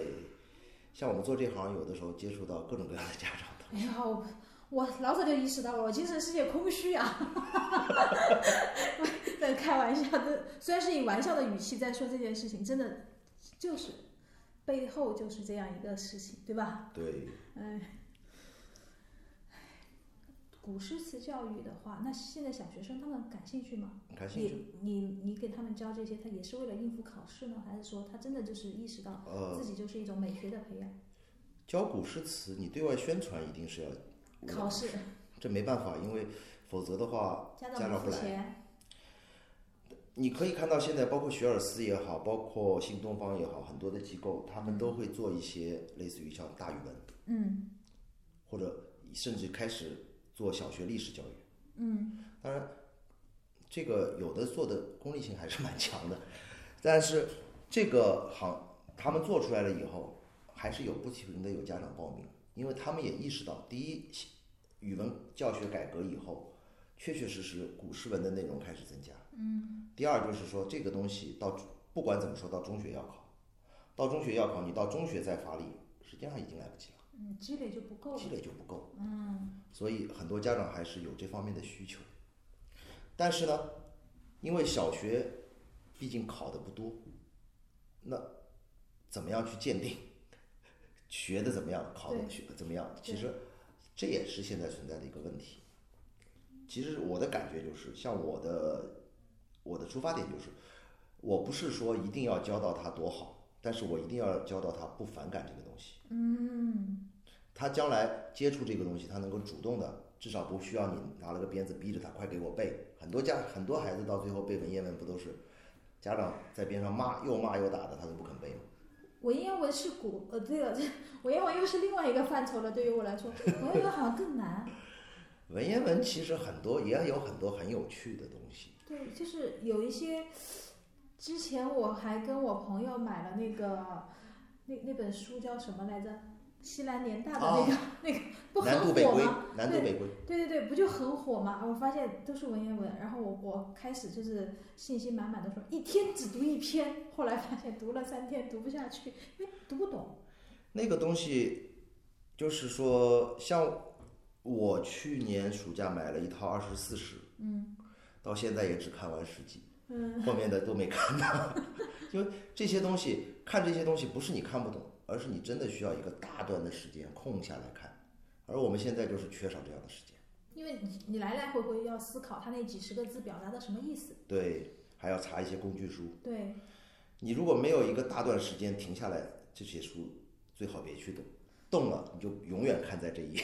像我们做这行，有的时候接触到各种各样的家长，
哎呀，我我老早就意识到了，我精神世界空虚啊。 在开玩笑的，虽然是以玩笑的语气在说这件事情，真的就是背后就是这样一个事情，对吧？
对。
哎，古诗词教育的话，那现在小学生他们感兴趣吗？
感兴趣？
你你你给他们教这些，他也是为了应付考试呢，还是说他真的就是意识到
呃，
自己就是一种美学的培养？
教古诗词，你对外宣传一定是要
考试，
这没办法，因为否则的话，
家
家
长
长
不
不
付
来
钱，
你可以看到现在包括学而思也好，包括新东方也好，很多的机构他们都会做一些类似于像大语文，
嗯
或者甚至开始做小学历史教育。
嗯嗯
当然，这个有的做的功利性还是蛮强的， 但是这个行他们做出来了以后，还是有不停的有家长报名，因为他们也意识到，第一，语文教学改革以后，确确实实古诗文的内容开始增加。嗯。第二就是说，这个东西到不管怎么说，到中学要考，到中学要考，你到中学再发力，实际上已经来不及了，
嗯，积累就不够了
积。累就不够。
嗯
所以很多家长还是有这方面的需求。但是呢，因为小学毕竟考的不多，那怎么样去鉴定 学的怎么样，考的
对
学得怎么样？其
对
实这也是现在存在的一个问题。其实我的感觉就是，像我的我的出发点就是，我不是说一定要教到他多好，但是我一定要教到他不反感这个东西。
嗯
他将来接触这个东西，他能够主动的，至少不需要你拿了个鞭子逼着他快给我背。很多家很多孩子到最后背文言文不都是家长在边上骂又骂又打的，他都不肯背吗？
文言文是古呃，这个这文言文又是另外一个范畴了。对于我来说，文言文好像更难。
文言文其实很多也有很多很有趣的东西，
对，就是有一些，之前我还跟我朋友买了那个那那本书叫什么来着？西南联大的那个、那个不
啊南渡
很
北
火
归
吗？，
南渡北归，
对对对，不就很火嘛？我发现都是文言文，然后我我开始就是信心满满的说一天只读一篇，后来发现读了三天读不下去，因为读不懂。
那个东西就是说，像我去年暑假买了一套二十四史，
嗯
到现在也只看完十集。
嗯
后面的都没看到， 因为这些东西看这些东西不是你看不懂，而是你真的需要一个大段的时间空下来看，而我们现在就是缺少这样的时间。
因为你你来来回回要思考它那几十个字表达的什么意思。
对，还要查一些工具书。
对，
你如果没有一个大段时间停下来，这些书最好别去动，动了你就永远看在这一页。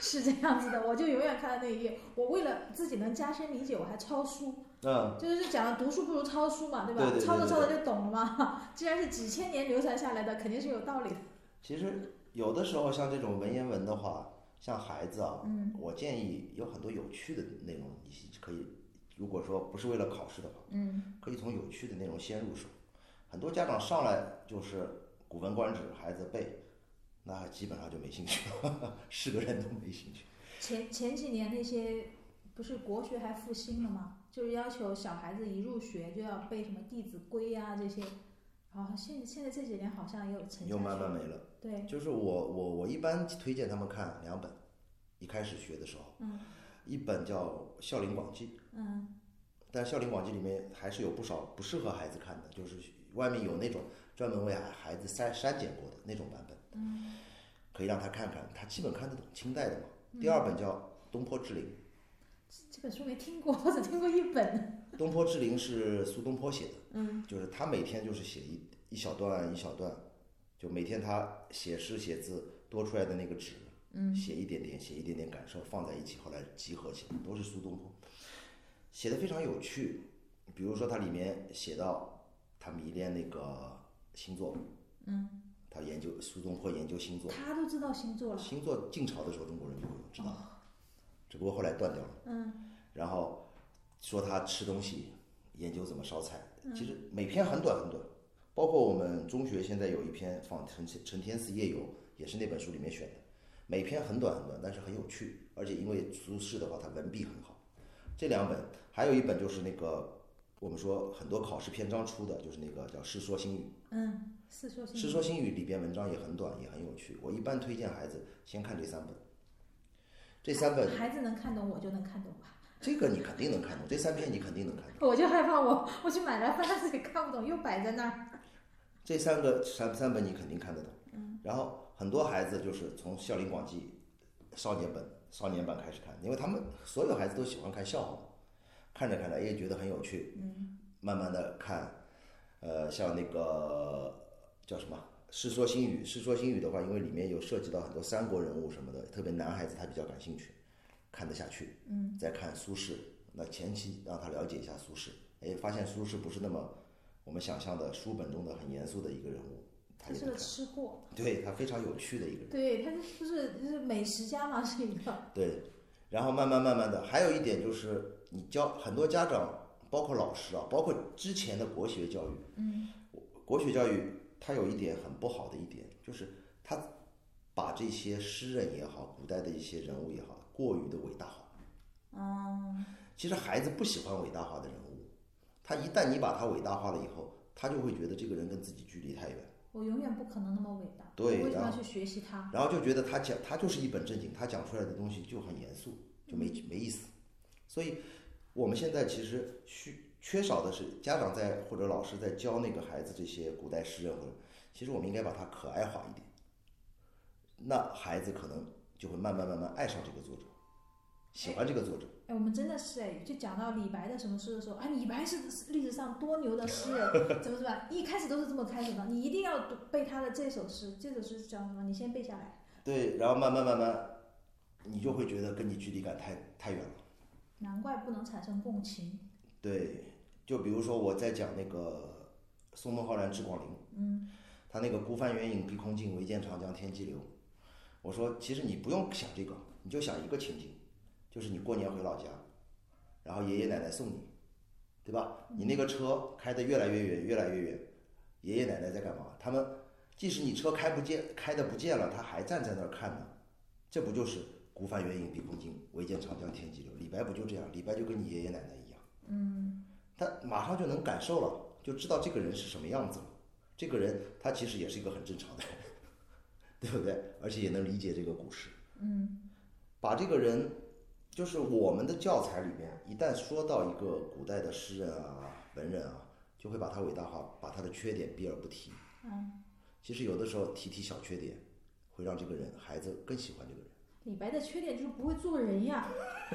是这样子的，我就永远看到那一页。我为了自己能加深理解，我还抄书，
嗯，
就是讲读书不如抄书嘛，对吧？
对对对
抄着
对
抄着就懂了嘛。 既然是几千年流传下来的，肯定是有道理的。
其实有的时候像这种文言文的话，像孩子啊，
嗯
我建议有很多有趣的内容，你是可以，如果说不是为了考试的话。
嗯
可以从有趣的内容先入手。很多家长上来就是《古文观止》，孩子背，那基本上就没兴趣了， 是个人都没兴趣。
前前几年那些不是国学还复兴了吗？就是要求小孩子一入学就要背什么《弟子规》啊这些，然后现现在这几年好像也有沉下
又
去
慢慢
了。
没了。
对，
就是我我我一般推荐他们看两本，一开始学的时候，
嗯
一本叫《孝陵广记》，
嗯
但《孝陵广记》里面还是有不少不适合孩子看的，就是外面有那种专门为孩孩子筛删减过的那种版本，
嗯
可以让他看看，他基本看得懂清代的嘛。第二本叫《东坡志林》。
这这本书没听过，我 只听过一本。
东坡志林是苏东坡写的，
嗯
就是他每天就是写一一小段一小段，就每天他写诗写字多出来的那个纸，
嗯
写一点点，写一点点感受放在一起，后来集合起来都是苏东坡，写的非常有趣。比如说他里面写到他迷恋那个星座，
嗯，
他研究苏东坡研究星座，
他都知道星座了。
星座晋朝的时候中国人就有知道
哦
了，只不过后来断掉了。
嗯
然后说他吃东西，研究怎么烧菜。其实每篇很短很短，包括我们中学现在有一篇仿陈陈天赐夜游，也是那本书里面选的，每篇很短很短，但是很有趣，而且因为苏轼的话，他文笔很好。这两本，还有一本就是那个我们说很多考试篇章出的，就是那个叫《世说新语》。
嗯，四说星
《世
座。
说新语》里边文章也很短，也很有趣。我一般推荐孩子先看这三本，这三本
孩子能看懂，我就能看懂吧。
这个你肯定能看懂，这三篇你肯定能看懂。
我就害怕我我去买来发现自己看不懂，又摆在那儿。
这三个三三本你肯定看得懂。
嗯。
然后很多孩子就是从《孝陵广记》少年本、少年版开始看，因为他们所有孩子都喜欢看笑话嘛，看着看着也觉得很有趣，
嗯
慢慢的看，呃，像那个叫什么《世说新语》，《世说新语》的话，因为里面有涉及到很多三国人物什么的，特别男孩子他比较感兴趣，看得下去。
嗯
再看苏轼，那前期让他了解一下苏轼，哎，发现苏轼不是那么我们想象的书本中的很严肃的一个人物，他
他
也
是
能
个
看，
吃货。
对他非常有趣的一个人，
对，他是不是就是美食家嘛？是一个。
对。然后慢慢慢慢的，还有一点就是，你教很多家长，包括老师啊，包括之前的国学教育，
嗯，
国学教育它有一点很不好的一点，就是它把这些诗人也好，古代的一些人物也好，过于的伟大化。
嗯，
其实孩子不喜欢伟大化的人物，他一旦你把他伟大化了以后，他就会觉得这个人跟自己距离太远，
我永远不可能那么伟大，
对
我为什么
然
要
后
去学习它？
然后就觉得他讲他就是一本正经，他讲出来的东西就很严肃，就没没意思。所以我们现在其实需缺少的是家长在或者老师在教那个孩子这些古代诗人或者，其实我们应该把它可爱化一点，那孩子可能就会慢慢慢慢爱上这个作者，喜欢这个作者。
哎，我们真的是哎，就讲到李白的什么诗的时候，啊，李白是历史上多牛的诗人，怎么怎么样，一开始都是这么开始的，你一定要读背他的这首诗，这首诗讲什么？你先背下来，
对，然后慢慢慢慢，你就会觉得跟你距离感太太远了。
难怪不能产生共情。
对，就比如说我在讲那个宋孟浩然之广陵，
嗯，
他那个孤帆远影碧空尽，唯见长江天际流。我说，其实你不用想这个，你就想一个情景，就是你过年回老家，然后爷爷奶奶送你，对吧？你那个车开得越来越远，越来越远，爷爷奶奶在干嘛？他们即使你车开不见，开的不见了，他还站在那儿看呢。这不就是孤帆远影碧空尽，唯见长江天际流？李白不就这样？李白就跟你爷爷奶奶一样，嗯，他马上就能感受了，就知道这个人是什么样子了。这个人他其实也是一个很正常的人， 对不对？而且也能理解这个故事。
嗯，
把这个人，就是我们的教材里面，一旦说到一个古代的诗人啊、文人啊，就会把他伟大化，把他的缺点避而不提。
嗯，
其实有的时候提提小缺点，会让这个人孩子更喜欢这个人。
李白的缺点就是不会做人呀，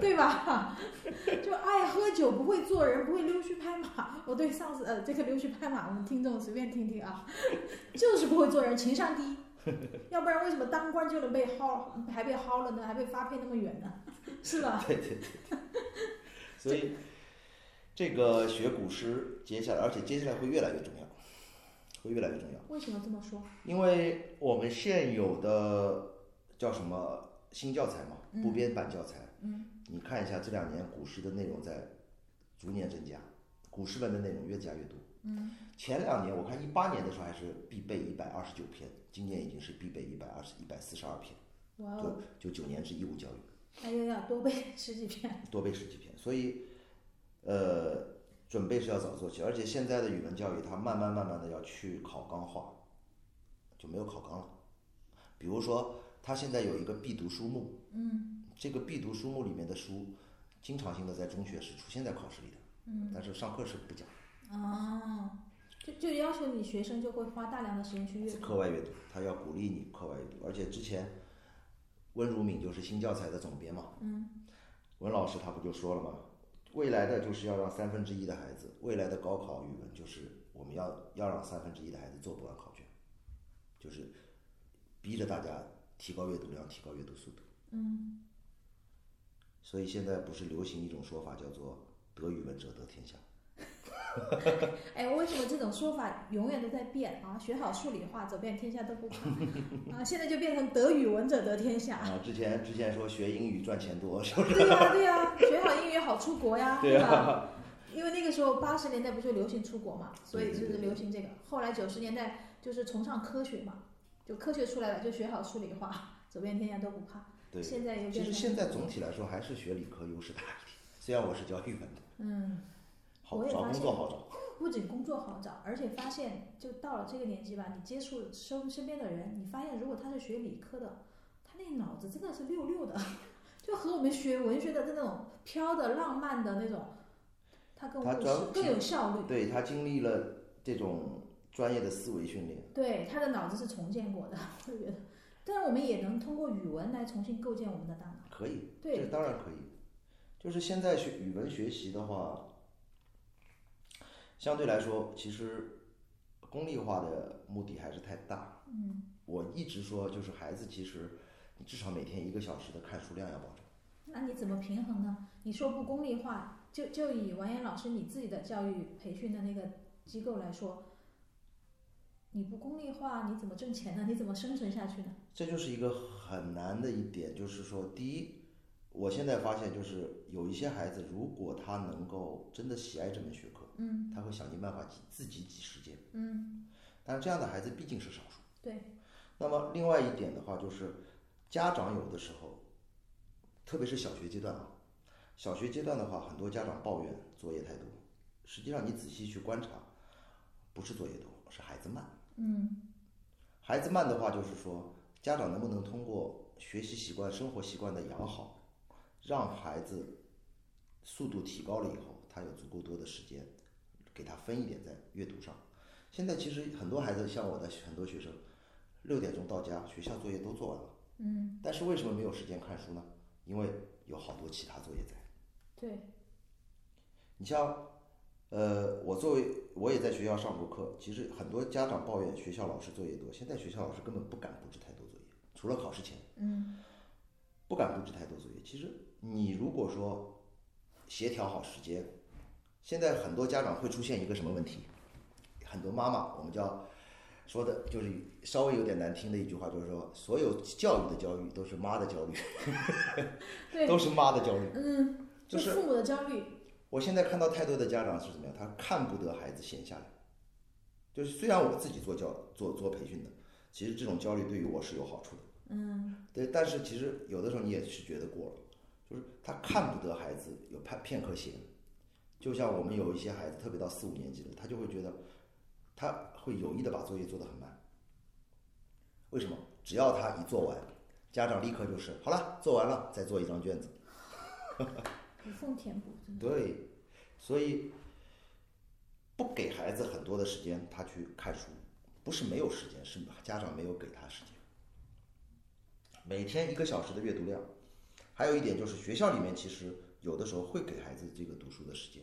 对吧？ 就爱喝酒，不会做人，不会溜须拍马。我对上次呃，这个溜须拍马，我们听众随便听听啊， 就是不会做人，情商低。要不然为什么当官就能被薅，还被薅了呢？还被发配那么远呢？ 是吧？
对对对，所以这个学古诗，接下来而且接下来会越来越重要，会越来越重要。
为什么这么说？
因为我们现有的叫什么新教材嘛，
嗯
部编版教材，
嗯，
你看一下这两年古诗的内容在逐年增加，古诗文的内容越加越多。
嗯，
前两年我看一八年的时候还是必备一百二十九篇，今年已经是必备一百二十一百四十二篇，
哇哦，
就就九年制义务教育
哎呀呀，多背 十几篇。
多备十几篇，所以呃准备是要早做起，而且现在的语文教育它慢慢慢慢的要去考纲化，就没有考纲了。比如说，它现在有一个必读书目，
嗯
这个必读书目里面的书，经常性的在中学是出现在考试里的，
嗯，
但是上课是不讲，
哦，就就要求你学生就会花大量的时间去阅读。
课外阅读，他要鼓励你课外阅读，而且之前温如敏就是新教材的总编嘛，
嗯
文老师他不就说了吗？未来的就是要让三分之一的孩子，未来的高考语文就是我们要要让三分之一的孩子做不完考卷，就是逼着大家提高阅读量，提高阅读速度。
嗯。
所以现在不是流行一种说法叫做“得语文者得天下
哎，为什么这种说法永远都在变啊？学好数理化，走遍天下都不怕啊！现在就变成得语文者得天”下。
啊，之前之前说学英语赚钱多，是吧
对呀、对呀、学好英语好出国呀，
对啊
吧？因为那个时候八十年代不就流行出国嘛，所以
对
就
对
是
对
流行这个。后来九十年代就是崇尚科学嘛，就科学出来了，就学好数理化，走遍天下都不怕。
对，
现在又
其
变成嗯
实现在总体来说还是学理科优势大一点，虽然我是教语文的，
嗯，
好
我也
找
发
工
现
作好找，
不仅工作好找，而且发现就到了这个年纪吧，你接触身身边的人，你发现如果他是学理科的，他那脑子真的是溜溜的， 就和我们学文学的那种飘的浪漫的那种，他更
他
务
主要
实，更有效率。
对他经历了这种专业的思维训练，
对，他的脑子是重建过的， 我觉得。但是我们也能通过语文来重新构建我们的大脑。
可以，这
对，
当然可以。就是现在学语文学习的话，相对来说，其实功利化的目的还是太大。
嗯，
我一直说，就是孩子其实你至少每天一个小时的看书量要保证。
那你怎么平衡呢？你说不功利化，就就以王岩老师你自己的教育培训的那个机构来说，你不功利化，你怎么挣钱呢？你怎么生存下去呢？
这就是一个很难的一点，就是说，第一，我现在发现，就是有一些孩子，如果他能够真的喜爱这门学科，
嗯
他会想尽办法挤自己挤时间。
嗯，
但是这样的孩子毕竟是少数。
对，
那么另外一点的话，就是家长有的时候，特别是小学阶段啊，小学阶段的话，很多家长抱怨作业太多。实际上，你仔细去观察，不是作业多，是孩子慢。
嗯
孩子慢的话，就是说家长能不能通过学习习惯、生活习惯的养好，让孩子速度提高了以后，他有足够多的时间，给他分一点在阅读上。现在其实很多孩子，像我的很多学生，六点钟到家，学校作业都做完了，
嗯，
但是为什么没有时间看书呢？因为有好多其他作业在。
对，
你像，呃，我作为我也在学校上过课，其实很多家长抱怨学校老师作业多，现在学校老师根本不敢布置太多作业，除了考试前
嗯
不敢布置太多作业。其实你如果说协调好时间，现在很多家长会出现一个什么问题？很多妈妈我们叫说的就是稍微有点难听的一句话，就是说所有教育的焦虑都是妈的焦虑，
对，
都是妈的焦虑。
嗯，
就
就是父母的焦虑，
我现在看到太多的家长是怎么样，他看不得孩子闲下来。就是虽然我自己做教做做培训的，其实这种焦虑对于我是有好处的。
嗯
对，但是其实有的时候你也是觉得过了，就是他看不得孩子有片片刻闲。就像我们有一些孩子，特别到四五年级了，他就会觉得他会有意的把作业做得很慢。为什么？只要他一做完，家长立刻就是好了，做完了再做一张卷子。
无缝填补，真的，
对，所以不给孩子很多的时间，他去看书，不是没有时间，是家长没有给他时间。每天一个小时的阅读量，还有一点就是学校里面其实有的时候会给孩子这个读书的时间，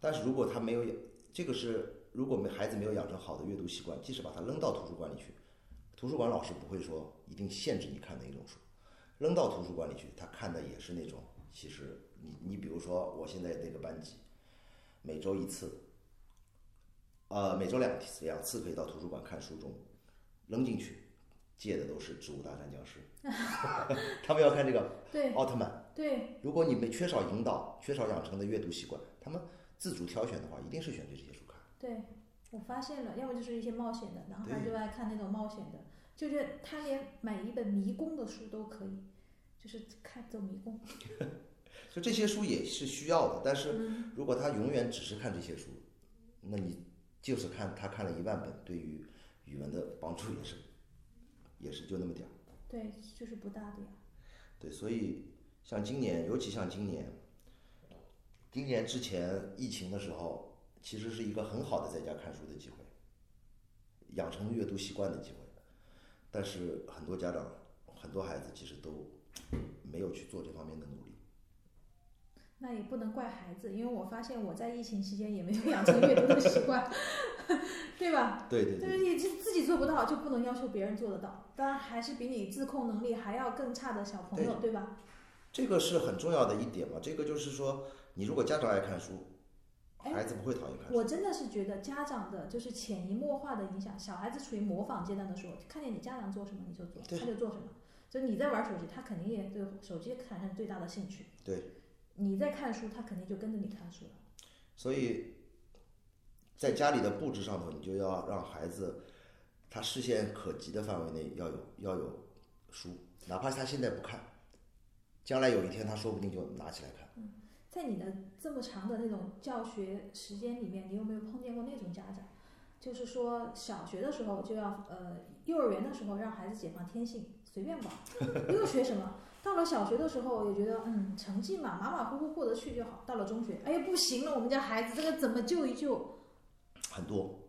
但是如果他没有养，这个是如果没孩子没有养成好的阅读习惯，即使把他扔到图书馆里去，图书馆老师不会说一定限制你看哪种书，扔到图书馆里去，他看的也是那种，其实你你比如说我现在那个班级，每周一次，呃，每周两次两次可以到图书馆看书中，扔进去，借的都是《植物大战僵尸》， 他们要看这个
对
奥特曼。
对，
如果你没缺少引导、缺少养成的阅读习惯，他们自主挑选的话，一定是选对这些书看。
对，我发现了，要么就是一些冒险的，男孩
对
就爱看那种冒险的，就觉得他连买一本迷宫的书都可以，就是看走迷宫。
所以这些书也是需要的，但是
嗯，
如果他永远只是看这些书，那你就是看他看了一万本，对于语文的帮助也是，也是就那么点儿。
对，就是不大的呀。
对，所以像今年，尤其像今年，今年之前疫情的时候，其实是一个很好的在家看书的机会，养成阅读习惯的机会。但是很多家长、很多孩子其实都没有去做这方面的努力。
那也不能怪孩子，因为我发现我在疫情期间也没有养成阅读的习惯， 对吧？
对对
对不对？自自己做不到，就不能要求别人做得到。当然，还是比你自控能力还要更差的小朋友，对吧？
这个是很重要的一点嘛。这个就是说，你如果家长爱看书，
哎
孩子不会讨厌看书。
我真的是觉得家长的就是潜移默化的影响，小孩子处于模仿阶段的时候，看见你家长做什么你就做，
对
他就做什么。就你在玩手机，他肯定也对手机产生最大的兴趣。
对，
你在看书，他肯定就跟着你看书了。
所以，在家里的布置上头，你就要让孩子他视线可及的范围内要有要有书，哪怕他现在不看，将来有一天他说不定就拿起来看。
在你的这么长的那种教学时间里面，你有没有碰见过那种家长？就是说，小学的时候就要呃，幼儿园的时候让孩子解放天性，随便玩，不用学什么。到了小学的时候，也觉得嗯，成绩嘛，马马虎虎过得去就好。到了中学，哎呀，不行了，我们家孩子这个怎么救一救？
很多，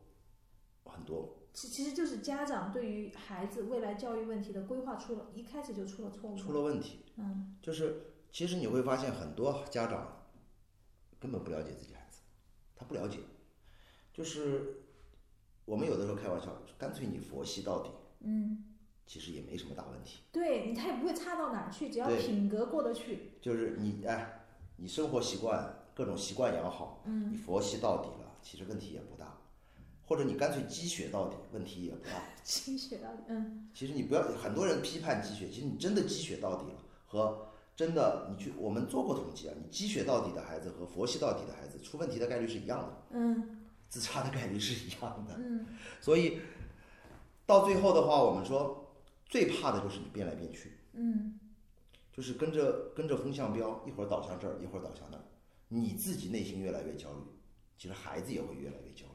很多
其其实就是家长对于孩子未来教育问题的规划出了一开始就出了错误。
出了问题，
嗯，
就是其实你会发现很多家长根本不了解自己孩子，他不了解，就是我们有的时候开玩笑，干脆你佛系到底，
嗯，
其实也没什么大问题。
对你他也不会差到哪儿去，只要
对
品格过得去，
就是你哎，你生活习惯各种习惯养好，
嗯，
你佛系到底了，其实问题也不大。或者你干脆积雪到底，问题也不大。
心血到底，嗯。
其实你不要，很多人批判积雪，其实你真的积雪到底了，和真的，你去我们做过统计啊，你积学到底的孩子和佛系到底的孩子，出问题的概率是一样的，
嗯
自杀的概率是一样的。
嗯
所以到最后的话，我们说最怕的就是你变来变去，
嗯
就是跟着跟着风向标，一会儿倒向这儿，一会儿倒向那儿，你自己内心越来越焦虑，其实孩子也会越来越焦虑。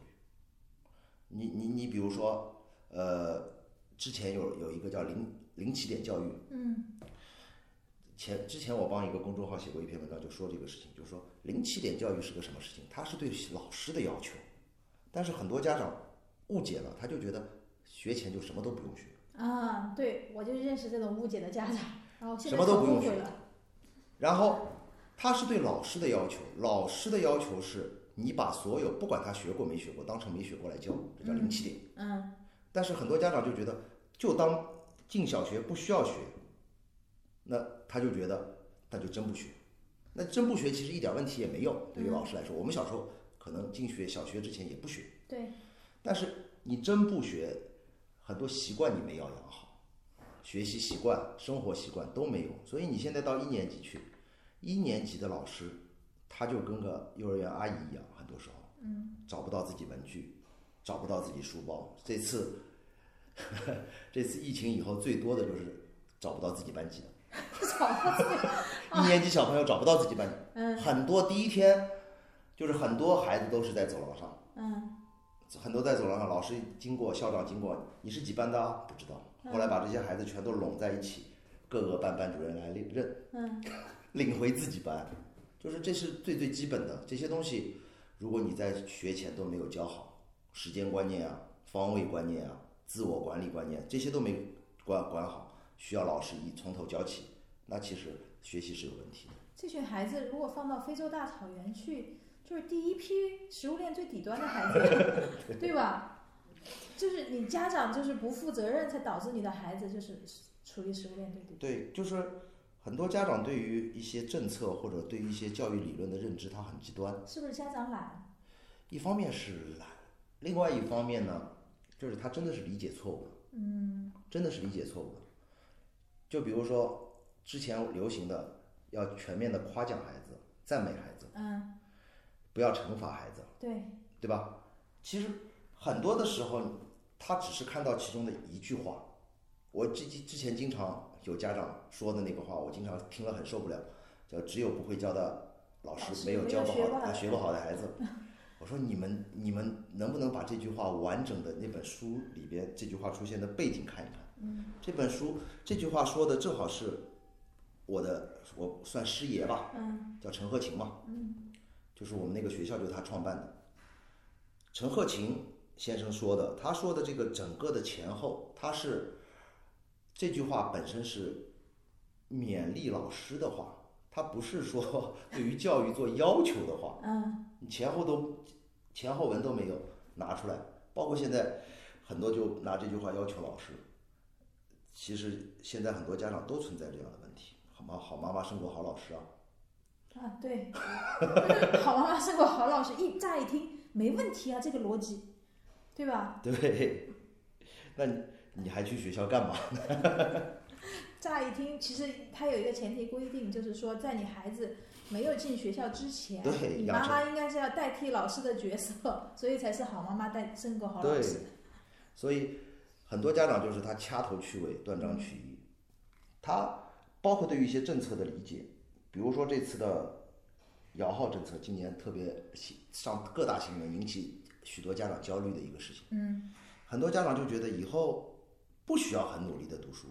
你你你比如说，呃，之前有有一个叫零零起点教育，
嗯
前之前我帮一个公众号写过一篇文章，就说这个事情，就说零起点教育是个什么事情？它是对老师的要求，但是很多家长误解了，他就觉得学前就什么都不用学，
啊，对我就认识这种误解的家长，然后现在
什么都
可
不用
后悔
学
了，
然后他是对老师的要求，老师的要求是你把所有不管他学过没学过，当成没学过来教，这叫零起点。
嗯
但是很多家长就觉得，就当进小学不需要学，那他就觉得那就真不学，那真不学其实一点问题也没有。对于老师来说，我们小时候可能进学小学之前也不学，
对，
但是你真不学，很多习惯你没要养好，学习习惯、生活习惯都没有，所以你现在到一年级去，一年级的老师他就跟个幼儿园阿姨一样，很多时候，嗯，找不到自己文具，找不到自己书包。这次， 这次疫情以后最多的就是找不到自己班级的，一年级小朋友找不到自己班级，
嗯
很多第一天就是很多孩子都是在走廊上。
嗯
很多在走廊上，老师经过，校长经过，你是几班的啊？不知道。后来把这些孩子全都拢在一起，各个班班主任来领认
嗯
领回自己班，就是这是最最基本的这些东西。如果你在学前都没有教好，时间观念啊、方位观念啊、自我管理观念这些都没管管好，需要老师一从头教起，那其实学习是有问题的。
这群孩子如果放到非洲大草原去，就是第一批食物链最底端的孩子，对吧？就是你家长就是不负责任，才导致你的孩子就是处于食物链最底。
对，就是很多家长对于一些政策或者对于一些教育理论的认知，他很极端。
是不是家长懒？
一方面是懒，另外一方面呢，就是他真的是理解错误了，
嗯
真的是理解错误了。就比如说之前流行的要全面的夸奖孩子、赞美孩子，
嗯，
不要惩罚孩子，
对，
对吧？其实很多的时候，他只是看到其中的一句话。我之之前经常有家长说的那个话，我经常听了很受不了，叫“只有不会教的老
老
师，
师
没有
没
教
有
不
学
好
过
的
的
啊学不好的孩 子” 。我说你们你们能不能把这句话完整的那本书里边这句话出现的背景看一看？
嗯
这本书这句话说的正好是我的我算师爷吧，
嗯
叫陈鹤琴嘛，
嗯
就是我们那个学校就是他创办的。陈鹤琴先生说的，他说的这个整个的前后，他是这句话本身是勉励老师的话，他不是说 对于教育做要求的话，
嗯，
你前后都前后文都没有拿出来，包括现在很多就拿这句话要求老师。其实现在很多家长都存在这样的问题，好妈好妈妈胜过好老师啊。
啊对， 好妈妈胜过好老师，一乍一听没问题啊，这个逻辑，对吧？
对，那你你还去学校干嘛？
乍一听，其实它有一个前提规定，就是说，在你孩子没有进学校之前，
对
你
养
妈
成
妈应该是要代替老师的角色，所以才是好妈妈带胜过好哦老
对
师。
所以很多家长就是他掐头去尾、断章取义，他包括对于一些政策的理解，比如说这次的摇号政策，今年特别新上各大新闻，引起许多家长焦虑的一个事情。
嗯
很多家长就觉得以后不需要很努力的读书，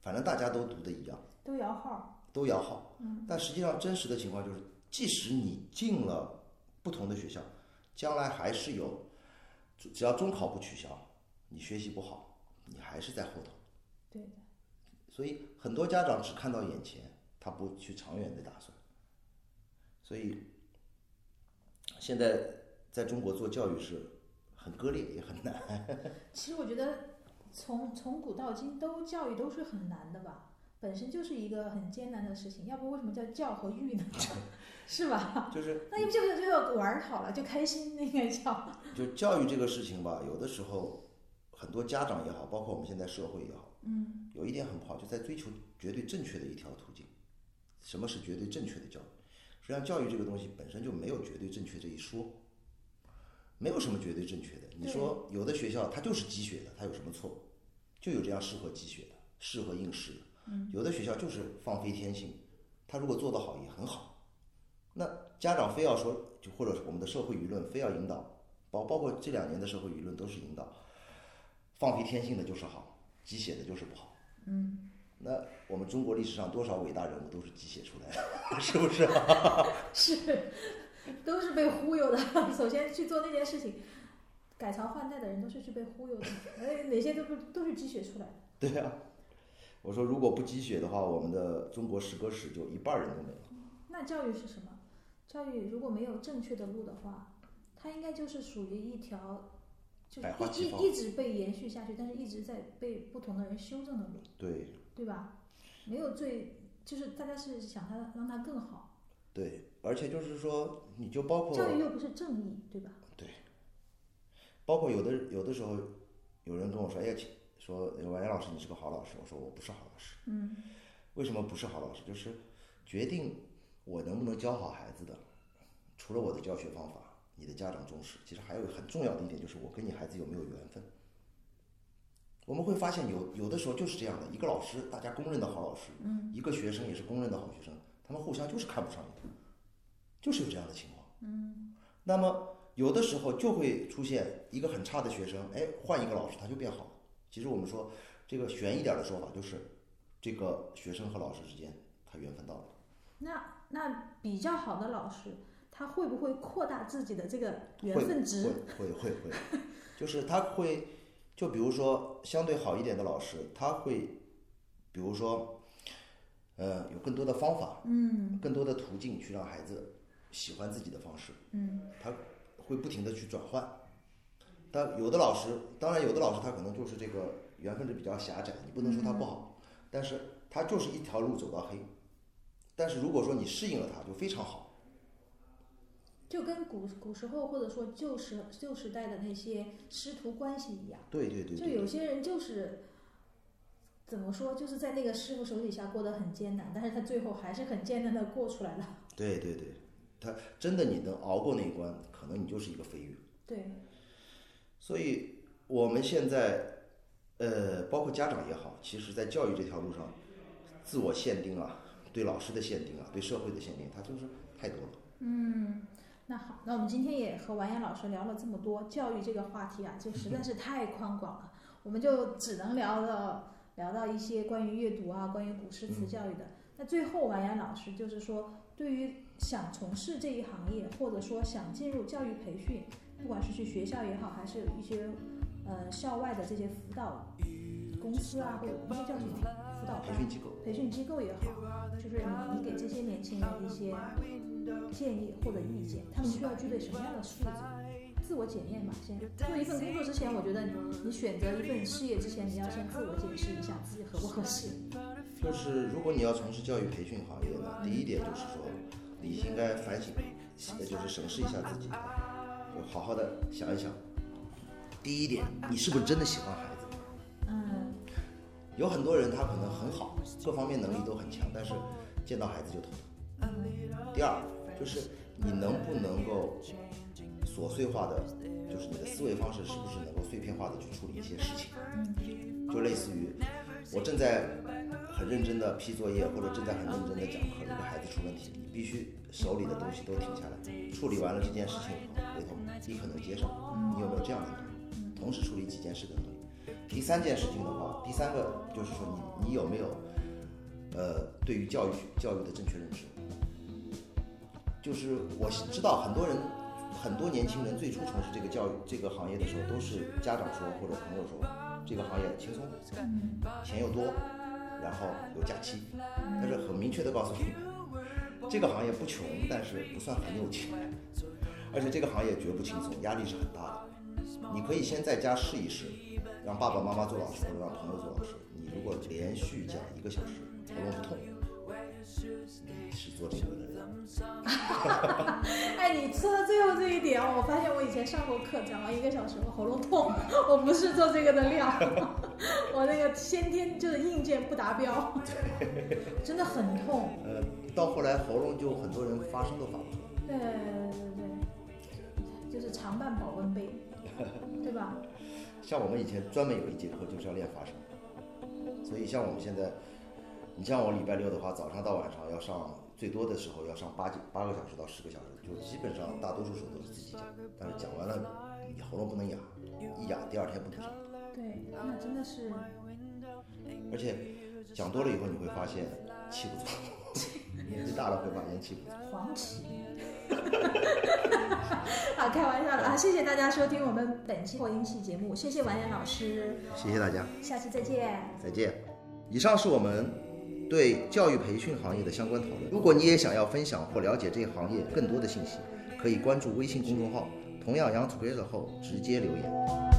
反正大家都读的一样，
都摇号，
都摇号。但实际上真实的情况就是，即使你进了不同的学校，将来还是有，只只要中考不取消，你学习不好，你还是在后头。
对的，
所以很多家长只看到眼前，他不去长远的打算。所以现在在中国做教育是很割裂也很难。
其实我觉得从从古到今都教育都是很难的吧，本身就是一个很艰难的事情，要不为什么叫教和育呢？ 是吧？
就是
那要不就就就玩儿好了，就开心那个叫。
就教育这个事情吧，有的时候很多家长也好，包括我们现在社会也好，
嗯
有一点很不好，就在追求绝对正确的一条途径，什么是绝对正确的教育？实际上，教育这个东西本身就没有绝对正确这一说，没有什么绝对正确的。你说有的学校它就是积雪的，它有什么错？就有这样适合积雪的，适合应试的。有的学校就是放飞天性，他如果做得好也很好。那家长非要说，就或者是我们的社会舆论非要引导，包包括这两年的社会舆论都是引导，放飞天性的就是好，鸡血的就是不好。嗯，那我们中国历史上多少伟大人物都是鸡血出来的， 是不是、啊？
是，都是被忽悠的。首先去做那件事情，改朝换代的人都是去被忽悠的，哎，哪些都不都是鸡血出来的。
对呀、我说如果不鸡血的话，我们的中国诗歌史就一半儿人都没了。
那教育是什么？教育如果没有正确的路的话，它应该就是属于一条，就是
百花
一
齐放
一一直被延续下去，但是一直在被不同的人修正的路，
对
对吧？没有最，就是大家是想它让它更好，
对，而且就是说，你就包括
教育又不是正义，对吧？
包括有的有的时候，有人跟我说：“哎呀，请说哎王岩老师，你是个好老师。”我说：“我不是好老师。”
嗯，
为什么不是好老师？就是决定我能不能教好孩子的，除了我的教学方法，你的家长重视，其实还有很重要的一点就是我跟你孩子有没有缘分。我们会发现有有的时候就是这样的，一个老师大家公认的好老师，嗯，一个学生也是公认的好学生，他们互相就是看不上眼，就是有这样的情况，嗯。那么有的时候就会出现一个很差的学生，哎，换一个老师他就变好了。其实我们说这个悬一点的说法就是，这个学生和老师之间他缘分到了。
那那比较好的老师，他会不会扩大自己的这个缘
会
分值？
会会会会，就是他会，就比如说相对好一点的老师，他会，比如说，呃，有更多的方法，
嗯
更多的途径去让孩子喜欢自己的方式，
嗯，
他会不停的去转换。但有的老师，当然有的老师他可能就是这个缘分是比较狭窄，你不能说他不好，
嗯
但是他就是一条路走到黑。但是如果说你适应了他，就非常好。
就跟古古时候或者说旧时旧时代的那些师徒关系一样。
对对对
就
对
有些人就是怎么说，就是在那个师傅手底下过得很艰难，但是他最后还是很艰难的过出来了。
对对对，他真的你能熬过那一关，可能你就是一个飞跃。
对，
所以我们现在，呃，包括家长也好，其实在教育这条路上，自我限定啊，对老师的限定啊，对社会的限定，它就是太多了。
嗯，那好，那我们今天也和完颜老师聊了这么多教育这个话题啊，就实在是太宽广了，我们就只能聊到聊到一些关于阅读啊，关于古诗词教育的。那最后，完颜老师就是说，对于想从事这一行业，或者说想进入教育培训，不管是去学校也好，还是一些呃校外的这些辅导公司啊，或者那叫什么辅导
培
班
训机构，
培训机构也好，就是你你给这些年轻人一些建议或者意见，他们需要具备什么样的素质？自我检验吧，先做一份工作之前，我觉得你你选择一份事业之前，你要先自我检视一下自己合不合适。
就是如果你要从事教育培训行业呢，第一点就是说，你应该反省，呃，就是审视一下自己，就好好的想一想。第一点，你是不是真的喜欢孩子？
嗯，
有很多人他可能很好，各方面能力都很强，但是见到孩子就头疼。第二就是你能不能够琐碎化的，就是你的思维方式是不是能够碎片化的去处理一些事情？就类似于我正在很认真的批作业，或者正在很认真的讲课，如果孩子出问题，你必须手里的东西都停下来，处理完了这件事情，回头立刻能接上。你有没有这样的能力？同时处理几件事的能力？第三件事情的话，第三个就是说你你有没有，呃，对于教育教育的正确认知？就是我知道很多人，很多年轻人最初从事这个教育这个行业的时候，都是家长说或者朋友说，这个行业轻松，钱又多，然后有假期，但是很明确的告诉你，这个行业不穷，但是不算很有钱，而且这个行业绝不轻松，压力是很大的。你可以先在家试一试，让爸爸妈妈做老师或者让朋友做老师。你如果连续讲一个小时，喉咙不痛，你是做这个的人。
哎，你说到最后这一点，哦我发现我以前上过课，讲完一个小时，我喉咙痛，我不是做这个的料， 我那个先天就是硬件不达标，真的很痛。
呃，到后来喉咙就很多人发声都发不出来。
对对对对，就是常伴保温杯，对吧？
像我们以前专门有一节课就是要练发声，所以像我们现在，你像我礼拜六的话，早上到晚上要上，最多的时候要上八九八个小时到十个小时，就基本上大多数时候都是自己讲，但是讲完了你喉咙不能哑，一哑第二天不能上。
对，那真的是
而且讲多了以后，你会发现气不足，年纪大了会发现气不足。
黄芪。 啊，开玩笑了啊！谢谢大家收听我们本期扩音器节目，谢谢婉言老师，
谢谢大家，
下期再见。
再见。以上是我们对教育培训行业的相关讨论。如果你也想要分享或了解这一行业更多的信息，可以关注微信公众号，同样“杨子归了后直接留言。